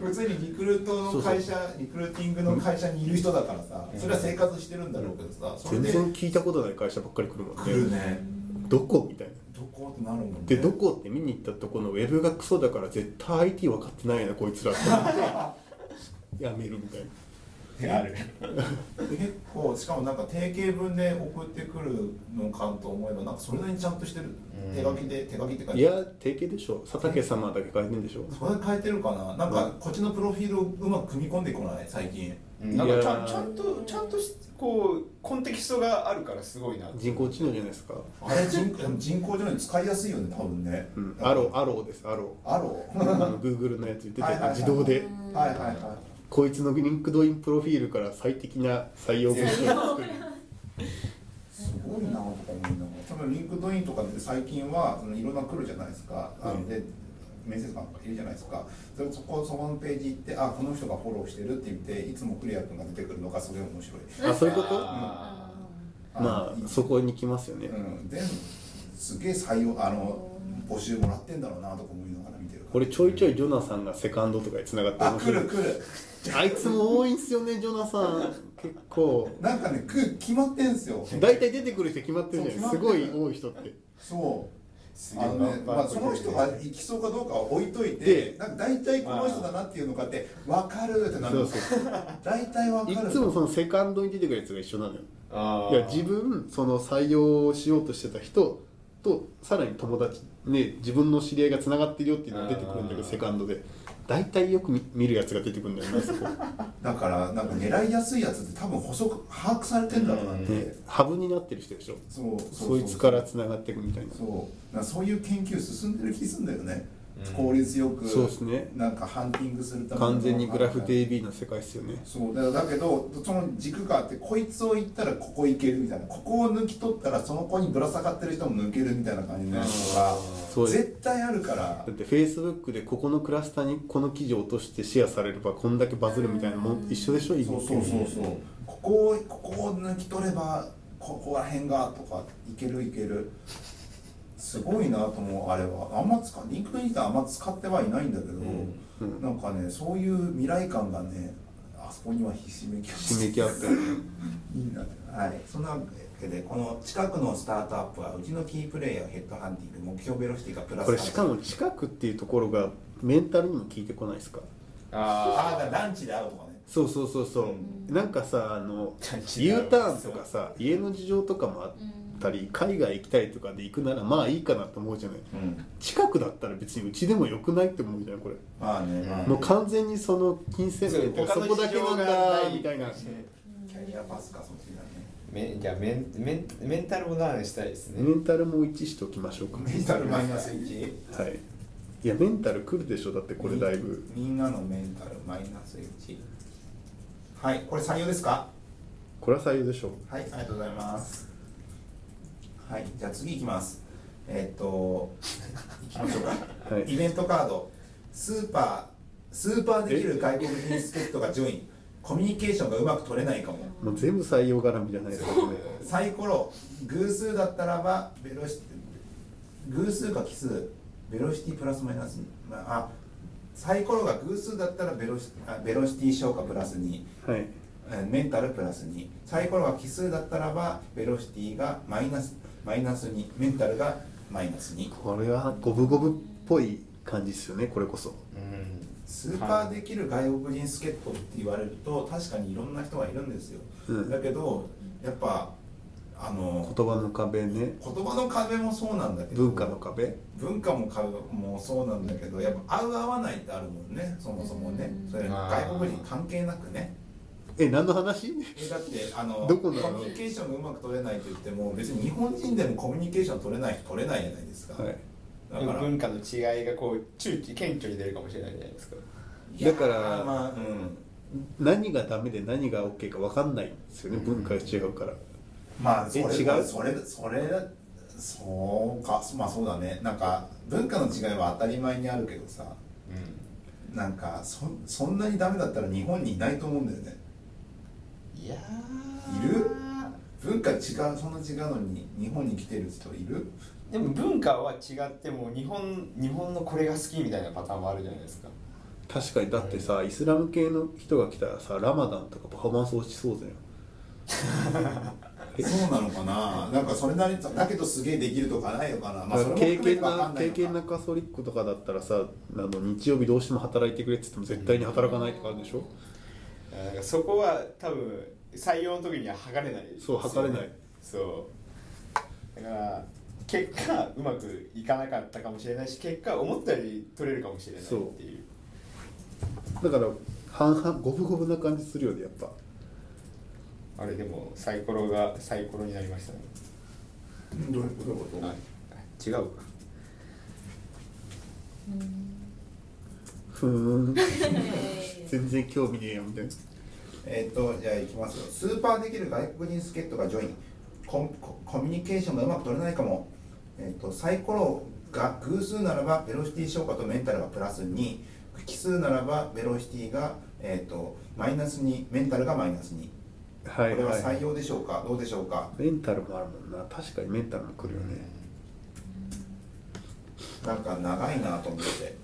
A: 普通にリクルートの会社リクルーティングの会社にいる人だからさそれは生活してるんだろうけどさそれ
B: 全
A: で
B: 然聞いたことない会社ばっかり来るもん
A: 来る
B: ね
A: ね
B: どこみたいな
A: どこってなるもんね
B: でどこって見に行ったとこのウェブがクソだから絶対 IT 分かってないなこいつらって思ってやめるみたいな
D: ある
A: 結構しかもなんか定型文で送ってくるのかと思えばなんかそれなりにちゃんとしてる
D: うん
A: 手書きで手書きって書い
B: い
A: てある
B: や定型でしょ佐竹様だけ書いてんでしょ
A: それ変えてるかななんかこっちのプロフィールをうまく組み込んでこない最近
D: うんなんかち
B: いや
D: ゃ
B: ー
D: んちゃんとちゃんとしこうコンテキストがあるからすごいな
B: 人工知能じゃないですか
A: あれ人でも人工知能に使いやすいよね多分ね、
B: うんアローアローですアロ
A: アロ
B: ーあの Google のやつ言ってた
A: はい
B: や
A: はいはい
B: つ自動で
A: ーはいはいは
B: こいつのリンクドインプロフィールから最適な採用文章を作る
A: いすごいなとか思いながら多分リンクドインとかって最近はそのいろんな来るじゃないですか、あ
B: うん
A: で面接官とかいるじゃないですかそれそこそこのページ行ってあこの人がフォローしてるって言っていつもクリア君が出てくるのがすごい面白い
B: あそういうこと
D: あ
B: まあそこに来ますよね
A: うん、全部すげえ採用あの募集もらってんだろうなとか思いながら見てるから
B: 俺ちょいちょいジョナサンがセカンドとかに繋がって
A: あ
B: 面
A: 来
B: 白い
A: る来る
B: あいつも多いんすよねジョナサン結構
A: なんかね来る決まってんすよ
B: 大体出てくる人決まってるじゃない
A: そ
B: す
A: う決まっ
B: ご
A: てる
B: い多い人って
A: そ
D: す
A: う
D: げ
A: あ
D: えな
A: のね、まあ、その人が行きそうかどうかは置いといて
B: で
A: なんか大体この人だなっていうのかって分かるってな
B: そ
A: る
B: うそう
A: 大体分
B: い
A: かる
B: つもそのセカンドに出てくるやつが一緒なのよ
D: あ
B: いや自分その採用しようとしてた人とさらに友達ね自分の知り合いがつながってるよっていうのが出てくるんだけど
D: あー
B: セカンドで大体よく見見るやつが出てくるんだよ ねそこ
A: だからなんか狙いやすいやつって多分補足把握されてんだろうなって、
B: ねハブになってる人でしょ
A: そうそう
B: そいつからつながっていくみたいな
A: そうなんかそういう研究進んでる気すんだよね、
D: うん
A: 効率よく
B: そうですね
A: なんかハンティングするための
B: 完全にグラフ DB の世界っすよね
A: そうだだけどその軸があってこいつを行ったらここ行けるみたいなここを抜き取ったらその子にぶら下がってる人も抜けるみたいな感じのやつとか
B: そうです
A: 絶対あるから
B: だってフェイスブックでここのクラスターにこの記事を落としてシェアされればこんだけバズるみたいなもん一緒でし
A: そ
B: ょ
A: うそうそうそうここをここを抜き取ればここら辺がとかいけるいけるすごいなと思うあれはあんま使リンクドイン自体あんま使ってはいないんだけど、
B: うん
A: なんかねそういう未来感がねあそこにはひしめきを
B: ひしめき合って
A: いいなはいそんなわけでこの近くのスタートアップはうちのキープレイヤーをヘッドハンティング目標ベロシティがプラス
B: これしか
A: 30
B: も近くっていうところがメンタルにも効いてこないですか
A: ああ
D: あ
A: だからランチで会うとかね
B: そうそうそうそう、なんかさあの
D: 感じだ
B: U
D: よ
B: ターンとかさ家の事情とかもあったり海外行きたいとかで行くならまあいいかなと思うじゃない
A: うん
B: 近くだったら別にうちでもよくないって思うじゃないこれ、
A: まあね、まあね
B: もう完全にその金銭面ってそこだけなんだみたいな
A: キャリアパスかそっちだね
D: めじゃあメンメンメンタルもなーしたいですね
B: メンタルも一致しておきましょうか
A: メンタルマイナス1
B: はいいやメンタルくるでしょだってこれだいぶ
A: みんなのメンタルマイナス1はいこれ採用ですか
B: これは採用でしょう
A: はいありがとうございますはいじゃあ次いきますえーっといきまし ょうか、
B: はい
A: イベントカードスーパースーパーできる外国人助っ人がジョインコミュニケーションがうまく取れないかも
B: もう全部採用絡みじゃないですかこれ
A: サイコロ偶数だったらばベロシ偶数か奇数ベロシティプラスマイナスまああサイコロが偶数だったらベロシあベロシティ消化プラス2
B: はい
A: えーメンタルプラス2サイコロが奇数だったらばベロシティがマイナスマイナス2メンタルがマイナス2
B: これは五分五分っぽい感じですよねこれこそ
D: うん
A: スーパーできる外国人助っ人って言われると確かにいろんな人がいるんですよ、
B: うん
A: だけどやっぱあの
B: 言葉の壁ね
A: 言葉の壁もそうなんだけど
B: 文化の壁
A: 文化もかもそうなんだけどやっぱ合う合わないってあるもんねそもそもね
C: うん
A: それ外国人関係なくね
B: え何の話
A: えだってあの
B: どこな
A: コ
B: の
A: ミュニケーションがうまく取れないと言っても別に日本人でもコミュニケーション取れない人取れないじゃないですか、
B: はい
A: だから
D: 文化の違いがこう中期顕著に出るかもしれないじゃないですか
A: いや
B: だから
A: まあうん
B: 何がダメで何が OK か分かんないんですよね文化が違うから
A: まあそれ
B: え違う
A: それそれそうかまあそうだねなんか文化の違いは当たり前にあるけどさ
D: うん
A: なんかそそんなにダメだったら日本にいないと思うんだよね
D: いや
A: いる文化違うそんな違うのに日本に来てる人いる
D: でも文化は違っても日本日本のこれが好きみたいなパターンもあるじゃないですか
B: 確かにだってさイスラム系の人が来たらさラマダンとかパフォーマンス落ちそうだよえ
A: そうなのかななんかそれなりにだけどすげえできるとかないのかな、まあ、それも含め
B: 経験
A: てわか
B: なん
A: ない
B: 経
A: のか
B: 験なカソリックとかだったらさあの日曜日どうしても働いてくれって言っても絶対に働かないとかあるでしょ、
D: なんかそこは多分採用の時には測れないですよね
B: そう測れない
D: そうだから結果うまくいかなかったかもしれないし結果思ったより取れるかもしれないって
B: そう
D: い
B: だ
D: う
B: から半々五分五分な感じするよねやっぱ
D: あれでもサイコロがサイコロになりましたね
A: どういうどういうこと、
D: あ違うか
B: ふーん
C: うん
B: 全然興味ねえやみたいな
A: えっとじゃあいきますよスーパーできる外国人助っ人がジョインコンココミュニケーションがうまく取れないかも、えっとサイコロが偶数ならばベロシティ消化とメンタルがプラス2奇数ならばベロシティが、えっとマイナス2メンタルがマイナス2
B: はい
A: これは採
B: は
A: 用でしょうかどうでしょうか
B: いメンタルもあるもんな確かにメンタルも来るよね
A: なんか長いなと思って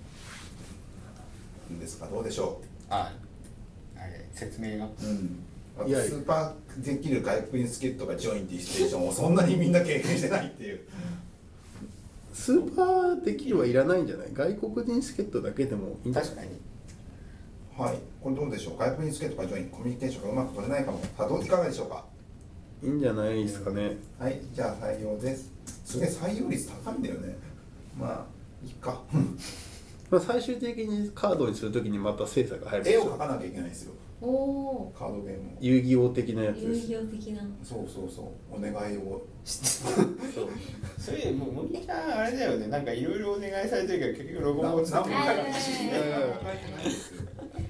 A: いいですかどうでしょ
D: ああれ説明が
A: う、うん、
B: いやいや
A: スーパーできる外国人助っ人がジョインっていうシチュエーションをそんなにみんな経験してないっていう
B: スーパーできるはいらないんじゃない外国人助っ人だけでもいいんじゃない
D: 確かに
A: はいこれどうでしょう外国人助っ人がジョインコミュニケーションがうまく取れないかもさあどういかがでしょうか
B: いいんじゃないですかね
A: はいじゃあ採用ですすげえ採用率高いんだよねまあいいか
B: まあ、最終的にカードにするときにまた精査が入るでし
A: 絵を
B: ょ
A: 描かなきゃいけないんですよ
C: おお
A: カードゲームを
B: 遊戯王的なやつ
C: 有
B: です
C: 用的な
A: そうそうそうお願いを
D: それもうもみちゃんあれだよねなんかいろいろお願いされてるけど結局ロゴも作ってなかったし
C: いやいやいややっ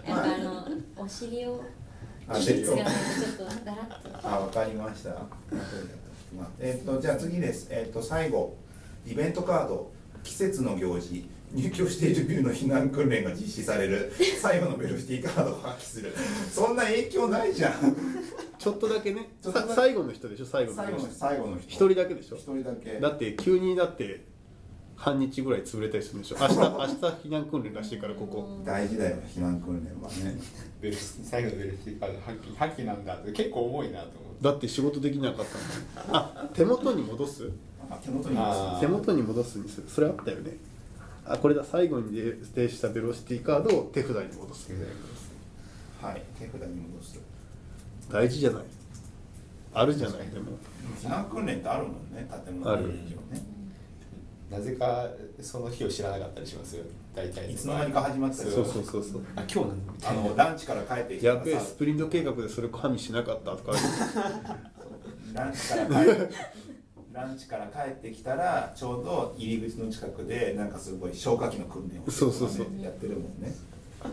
C: ぱあのお尻を
A: あ
C: 技術
A: よ
C: がないとちょっとガラッと
A: あ、わかりました。まあえっ、と、じゃあ次です。えっ、と、最後、イベントカード、季節の行事、入居しているビルの避難訓練が実施される、最後のベルシティカードを破棄する。そんな影響ないじゃん。
B: ちょっとだけね
A: ちょっとだけ
B: さ最後の人でしょ最後の
A: 最後
B: 人
A: の最後の人。
B: 一人だけでしょ
A: 一人だけ。
B: だって急にだって半日ぐらい潰れたりするんでしょ明日明日避難訓練らしいからここ
A: 大事だよ、避難訓練はね。
D: ベルシ最後のベルシーカード覇気覇気なんだって結構重いなと思って
B: だって仕事できなかったのあ手元に戻す
A: あ、手元にいま
D: あー
B: 手元に戻すにするそれあったよねあこれだ最後にで指定したベロシティカードを手札に戻す
A: す。はい、手札に戻す。
B: 大事じゃないあるじゃないでも
A: 避難訓練ってあるもんね、建物
B: あ
A: の
B: る
A: 以上ね。
D: なぜかその日を知らなかったりしますよ大体
A: いつの間にか始まってた
D: そ
A: よ
D: う
B: そうそうそうそう
D: あ今日なんだみた
A: あ
D: いな
A: の、ランチから帰ってきた
B: や
A: らさ
B: べえスプリント計画でそれ加味しなかったとかある
A: ランチから帰ってランチから帰ってきたらちょうど入り口の近くでなんかすごい消火器の訓練を
B: そうそうそう
A: やってるもんね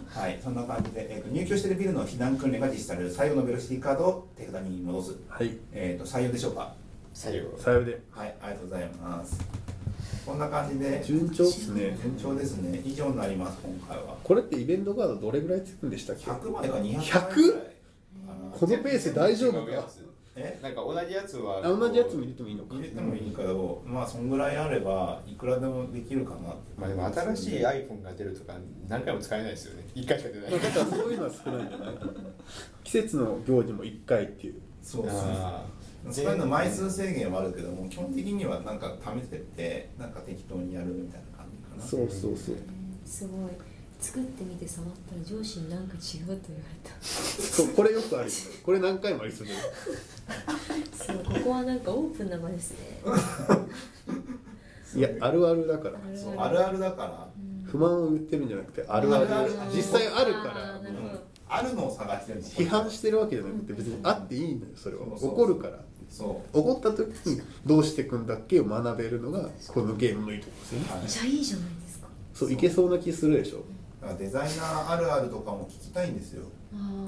A: はい、そんな感じで、えーと入居しているビルの避難訓練が実施される最後のベロシティカードを手札に戻す。
B: はい
A: えっ、と、採用でしょうか。
D: 最後
B: さようで
A: はい、ありがとうございます。こんな感じで、順
B: 順調っすね
A: 調ですね。以上になります、今回は。
B: これってイベントカードどれぐらいつくんでしたっ け
A: 100枚が200枚ぐらい。
B: 100
A: あの
B: このペース大丈夫
D: 全部違うや
B: か
D: つ
A: え
D: なんか同じやつは
B: あ同じやつも入れてもいいのか
A: 入れてもいいけど、まあ、そんぐらいあれば、いくらでもできるかなって
D: まあでも新しい iPhone が出るとか何回も使えないですよね一回しか出ない
B: だからそういうのは少ないんじゃない季節の行事も1回っていう
A: そうですね。
D: あー
A: そういうの枚数制限はあるけども、基本的にはなんか貯めてって、なんか適当にやるみたいな感じかな。
B: そうそうそう
C: すごい作ってみて触ったら上司になんか違うと言われた
B: そうこれよくあるよねこれ何回もありそうだよ
C: そうここはなんかオープンな場ですね
B: いやあるあるだから
A: そうあるあるだから、
B: 不満を言ってるんじゃなくてあるある
A: あるある
B: 実際あるか
C: あ
B: ら
C: ーなるほど
A: あるのを探してるんです
B: 批判してるわけじゃなくて別にあっていいのよそれは
A: そうそう
B: 怒るから
A: そ
B: 怒った時にどうしてくんだっけを学べるのがこのゲームのいいところですよ
A: う、
B: ね
A: はい、
C: じゃあいいじゃないですか
B: そういけそうな気するでしょ
A: だからデザイナーあるあるとかも聞きたいんですよ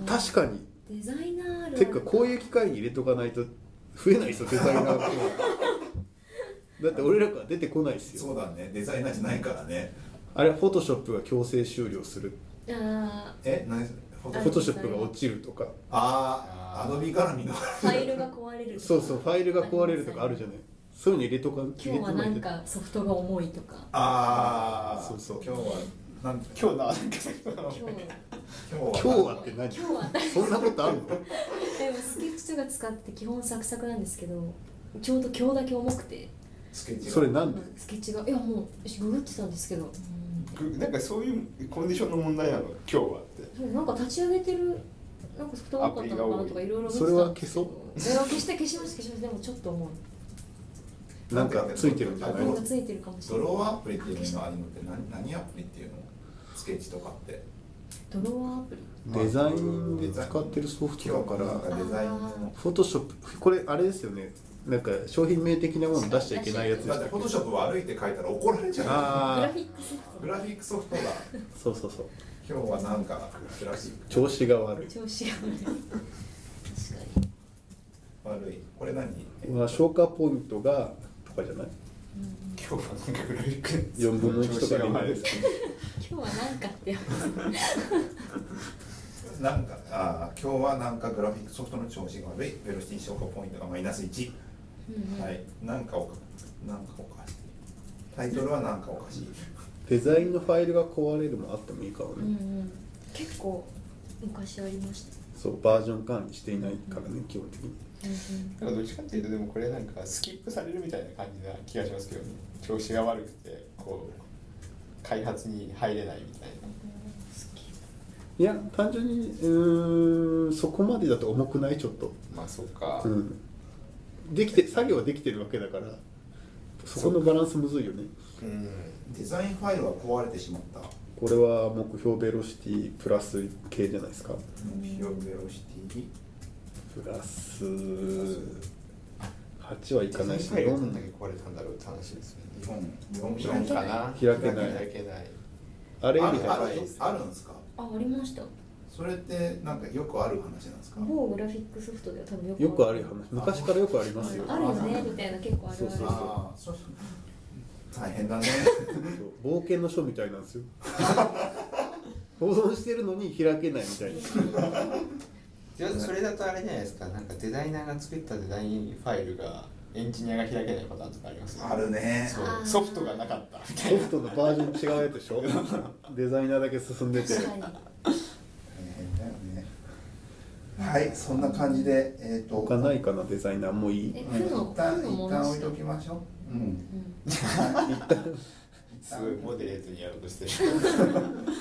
B: 確かに
C: デザイナーあるある
B: てかこういう機会に入れとかないと増えないですよデザイナーってだって俺らから出てこないです
A: そ
B: よ
A: うだねデザイナーじゃないからね
B: あれフォトショップが強制終了する
C: あ
A: え何フ
B: フ
A: ォ
B: ォ
A: ト
B: トショップが落ちるとか
A: ああアドビ絡みの
C: ーファイルが壊れるとか
B: そうそうファイルが壊れるとかあるじゃないそういうの入れとか入
C: 今
B: れ
C: 日
B: と
C: は
B: な
C: ないん
B: と
C: かソフトが重いとか
A: ああ
B: そうそう
A: 今日はなん
D: 今日ななんか
C: 今日は
A: 今日は
B: 今日はって
C: 今
B: 何
C: 日は
B: そんなことあるの
C: でもスケッチとか使って基本サクサクなんですけどちょうど今日だけ重くて
A: スケッチが
B: それなんで
C: スケッチがいやもう私ググってたんですけど
D: なんかそういうコンディションの問題なの今日はって
C: そうなんか立ち上げてるなんかソフト多かったのかなとかいろいろ見てたんですけ
B: そ
C: ど
B: れは消そう
C: いや消した消します消しますでもちょっと重い
B: なんかついてるんじゃ
A: あ
B: な
A: れ
B: い
C: 何がついてるかもし
A: ド
C: れない
A: ローアプリっていうのがあるのって何何アプリっていうのスケッチとかって
C: ドローアプリ
B: デザインで使ってるソフトだから
A: 今日もなんデザインの
B: フォトショップこれあれですよねなんか商品名的なもの出しちゃいけないやつで
A: だっ
B: してた
A: フォトショップを歩いて書いたら怒られちゃう
C: グラ
B: あ
C: フィックス
A: グラフィックソフトが
B: あそうそうそう
A: 今日はなんかグラフィック
B: 調子が悪い
C: 調子が悪い確かに
A: 悪いこれ何
B: まあ消化ポイントがとかじゃない
D: 今日はなんかグラフィック
B: 4分の1とかでいいんですかね
C: 今日はなんかってやつ
A: なんかあー今日はなんかグラフィックソフトの調子が悪いベロシティ消化ポイントがマイナス1、
C: うんうん
A: はいなんかおかなんかおかしいタイトルはなんかおかしい
B: デザインのファイルが壊れるもあってもいいかもね、
C: うんうん結構昔ありました
B: そうバージョン管理していないからね基本的に
C: うん
D: なんかどっちかっていうとでもこれなんかスキップされるみたいな感じな気がしますけどね調子が悪くてこう開発に入れないみたい
B: いや単純にうーんそこまでだと重くないちょっと
D: なまあそうか、
B: うんできて作業はできてるわけだからそこのバランスむずいよね
D: うん
A: デザインファイルは壊れてしまった
B: これは目標ベロシティプラス系じゃないですか
A: 目標ベロシティ
B: プラス8はい
D: い
B: かないし
D: ファイルがどんだけ
B: 4
D: 壊れたんだろうって話ですよね
A: 日本日本
D: 日本か
B: 開
D: な
B: けない
D: 開けない
B: あれ
A: あ
B: よ
A: る
B: り
A: あ
B: 高い
A: るあるんですか
C: あありました
A: それってなんかよくある話なんですか
C: 某グラフィックソフトでは多分よく
B: よくあるよ話昔からよくありますよ
C: あるよねみたいな結構あるあ
B: そ
C: る
B: うそうそう
A: ああそうそう大変 だね
B: そう冒険の書みたいなんですよ保存してるのに開けないみたいな
D: じゃあそれだとあれじゃないですかなんかデザイナーが作ったデザインファイルがエンジニアが開けないパターンとかありますよね
A: あるね
D: そ
C: あー
D: うソフトがなかったみたい
B: ソ
D: な
B: フトのバージョン違うやつでしょデザイナーだけ進んでて
C: 確かに
A: 大変だよねはいそんな感じでえっ、と
B: 他ないかなデザイナーもういい
C: え
A: うん
C: 負の
A: 一旦
C: 負の
A: 一
C: も
A: 旦
C: の
A: 置い
C: し
A: と
C: か
A: きましょううん
C: うん
D: すごいモデレートにやろうとしてる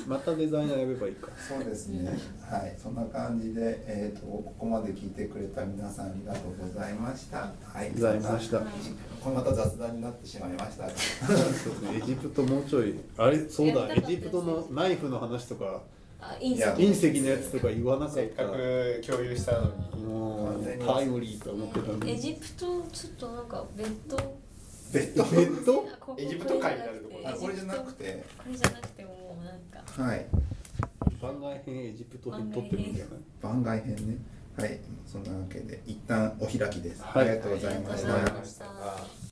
B: またデザイナーやればいいか
A: そうですねはいそんな感じでえっ、とここまで聞いてくれた皆さんありがとうございましたはい
B: ございました、
A: これまた雑談になってしまいま した
B: そうですねエジプトもうちょいあれそう
C: やりたか
B: だ
C: っ
B: エ
C: た
B: ジプトのナイフの話とか
C: あいいんす
A: いや
C: よ
B: 隕石のやつとか言わなか
D: せ
B: っ
D: ったからく共有したのに
B: もうタイムリーと思ってたの
C: エ
B: に
C: ジプトちょっとなんか別途
A: ベッド
B: ベッド
C: あここ
D: エジプト界になるとこ
A: あこれじゃなくて
C: これじゃなくてもうなんか
A: はい
B: 編エジプト編撮ってるんじゃない
A: 番外編ねはいそんなわけで一旦お開きです、
B: はい
A: ありがとうございました
C: ありがとうございました
D: ありがとうございました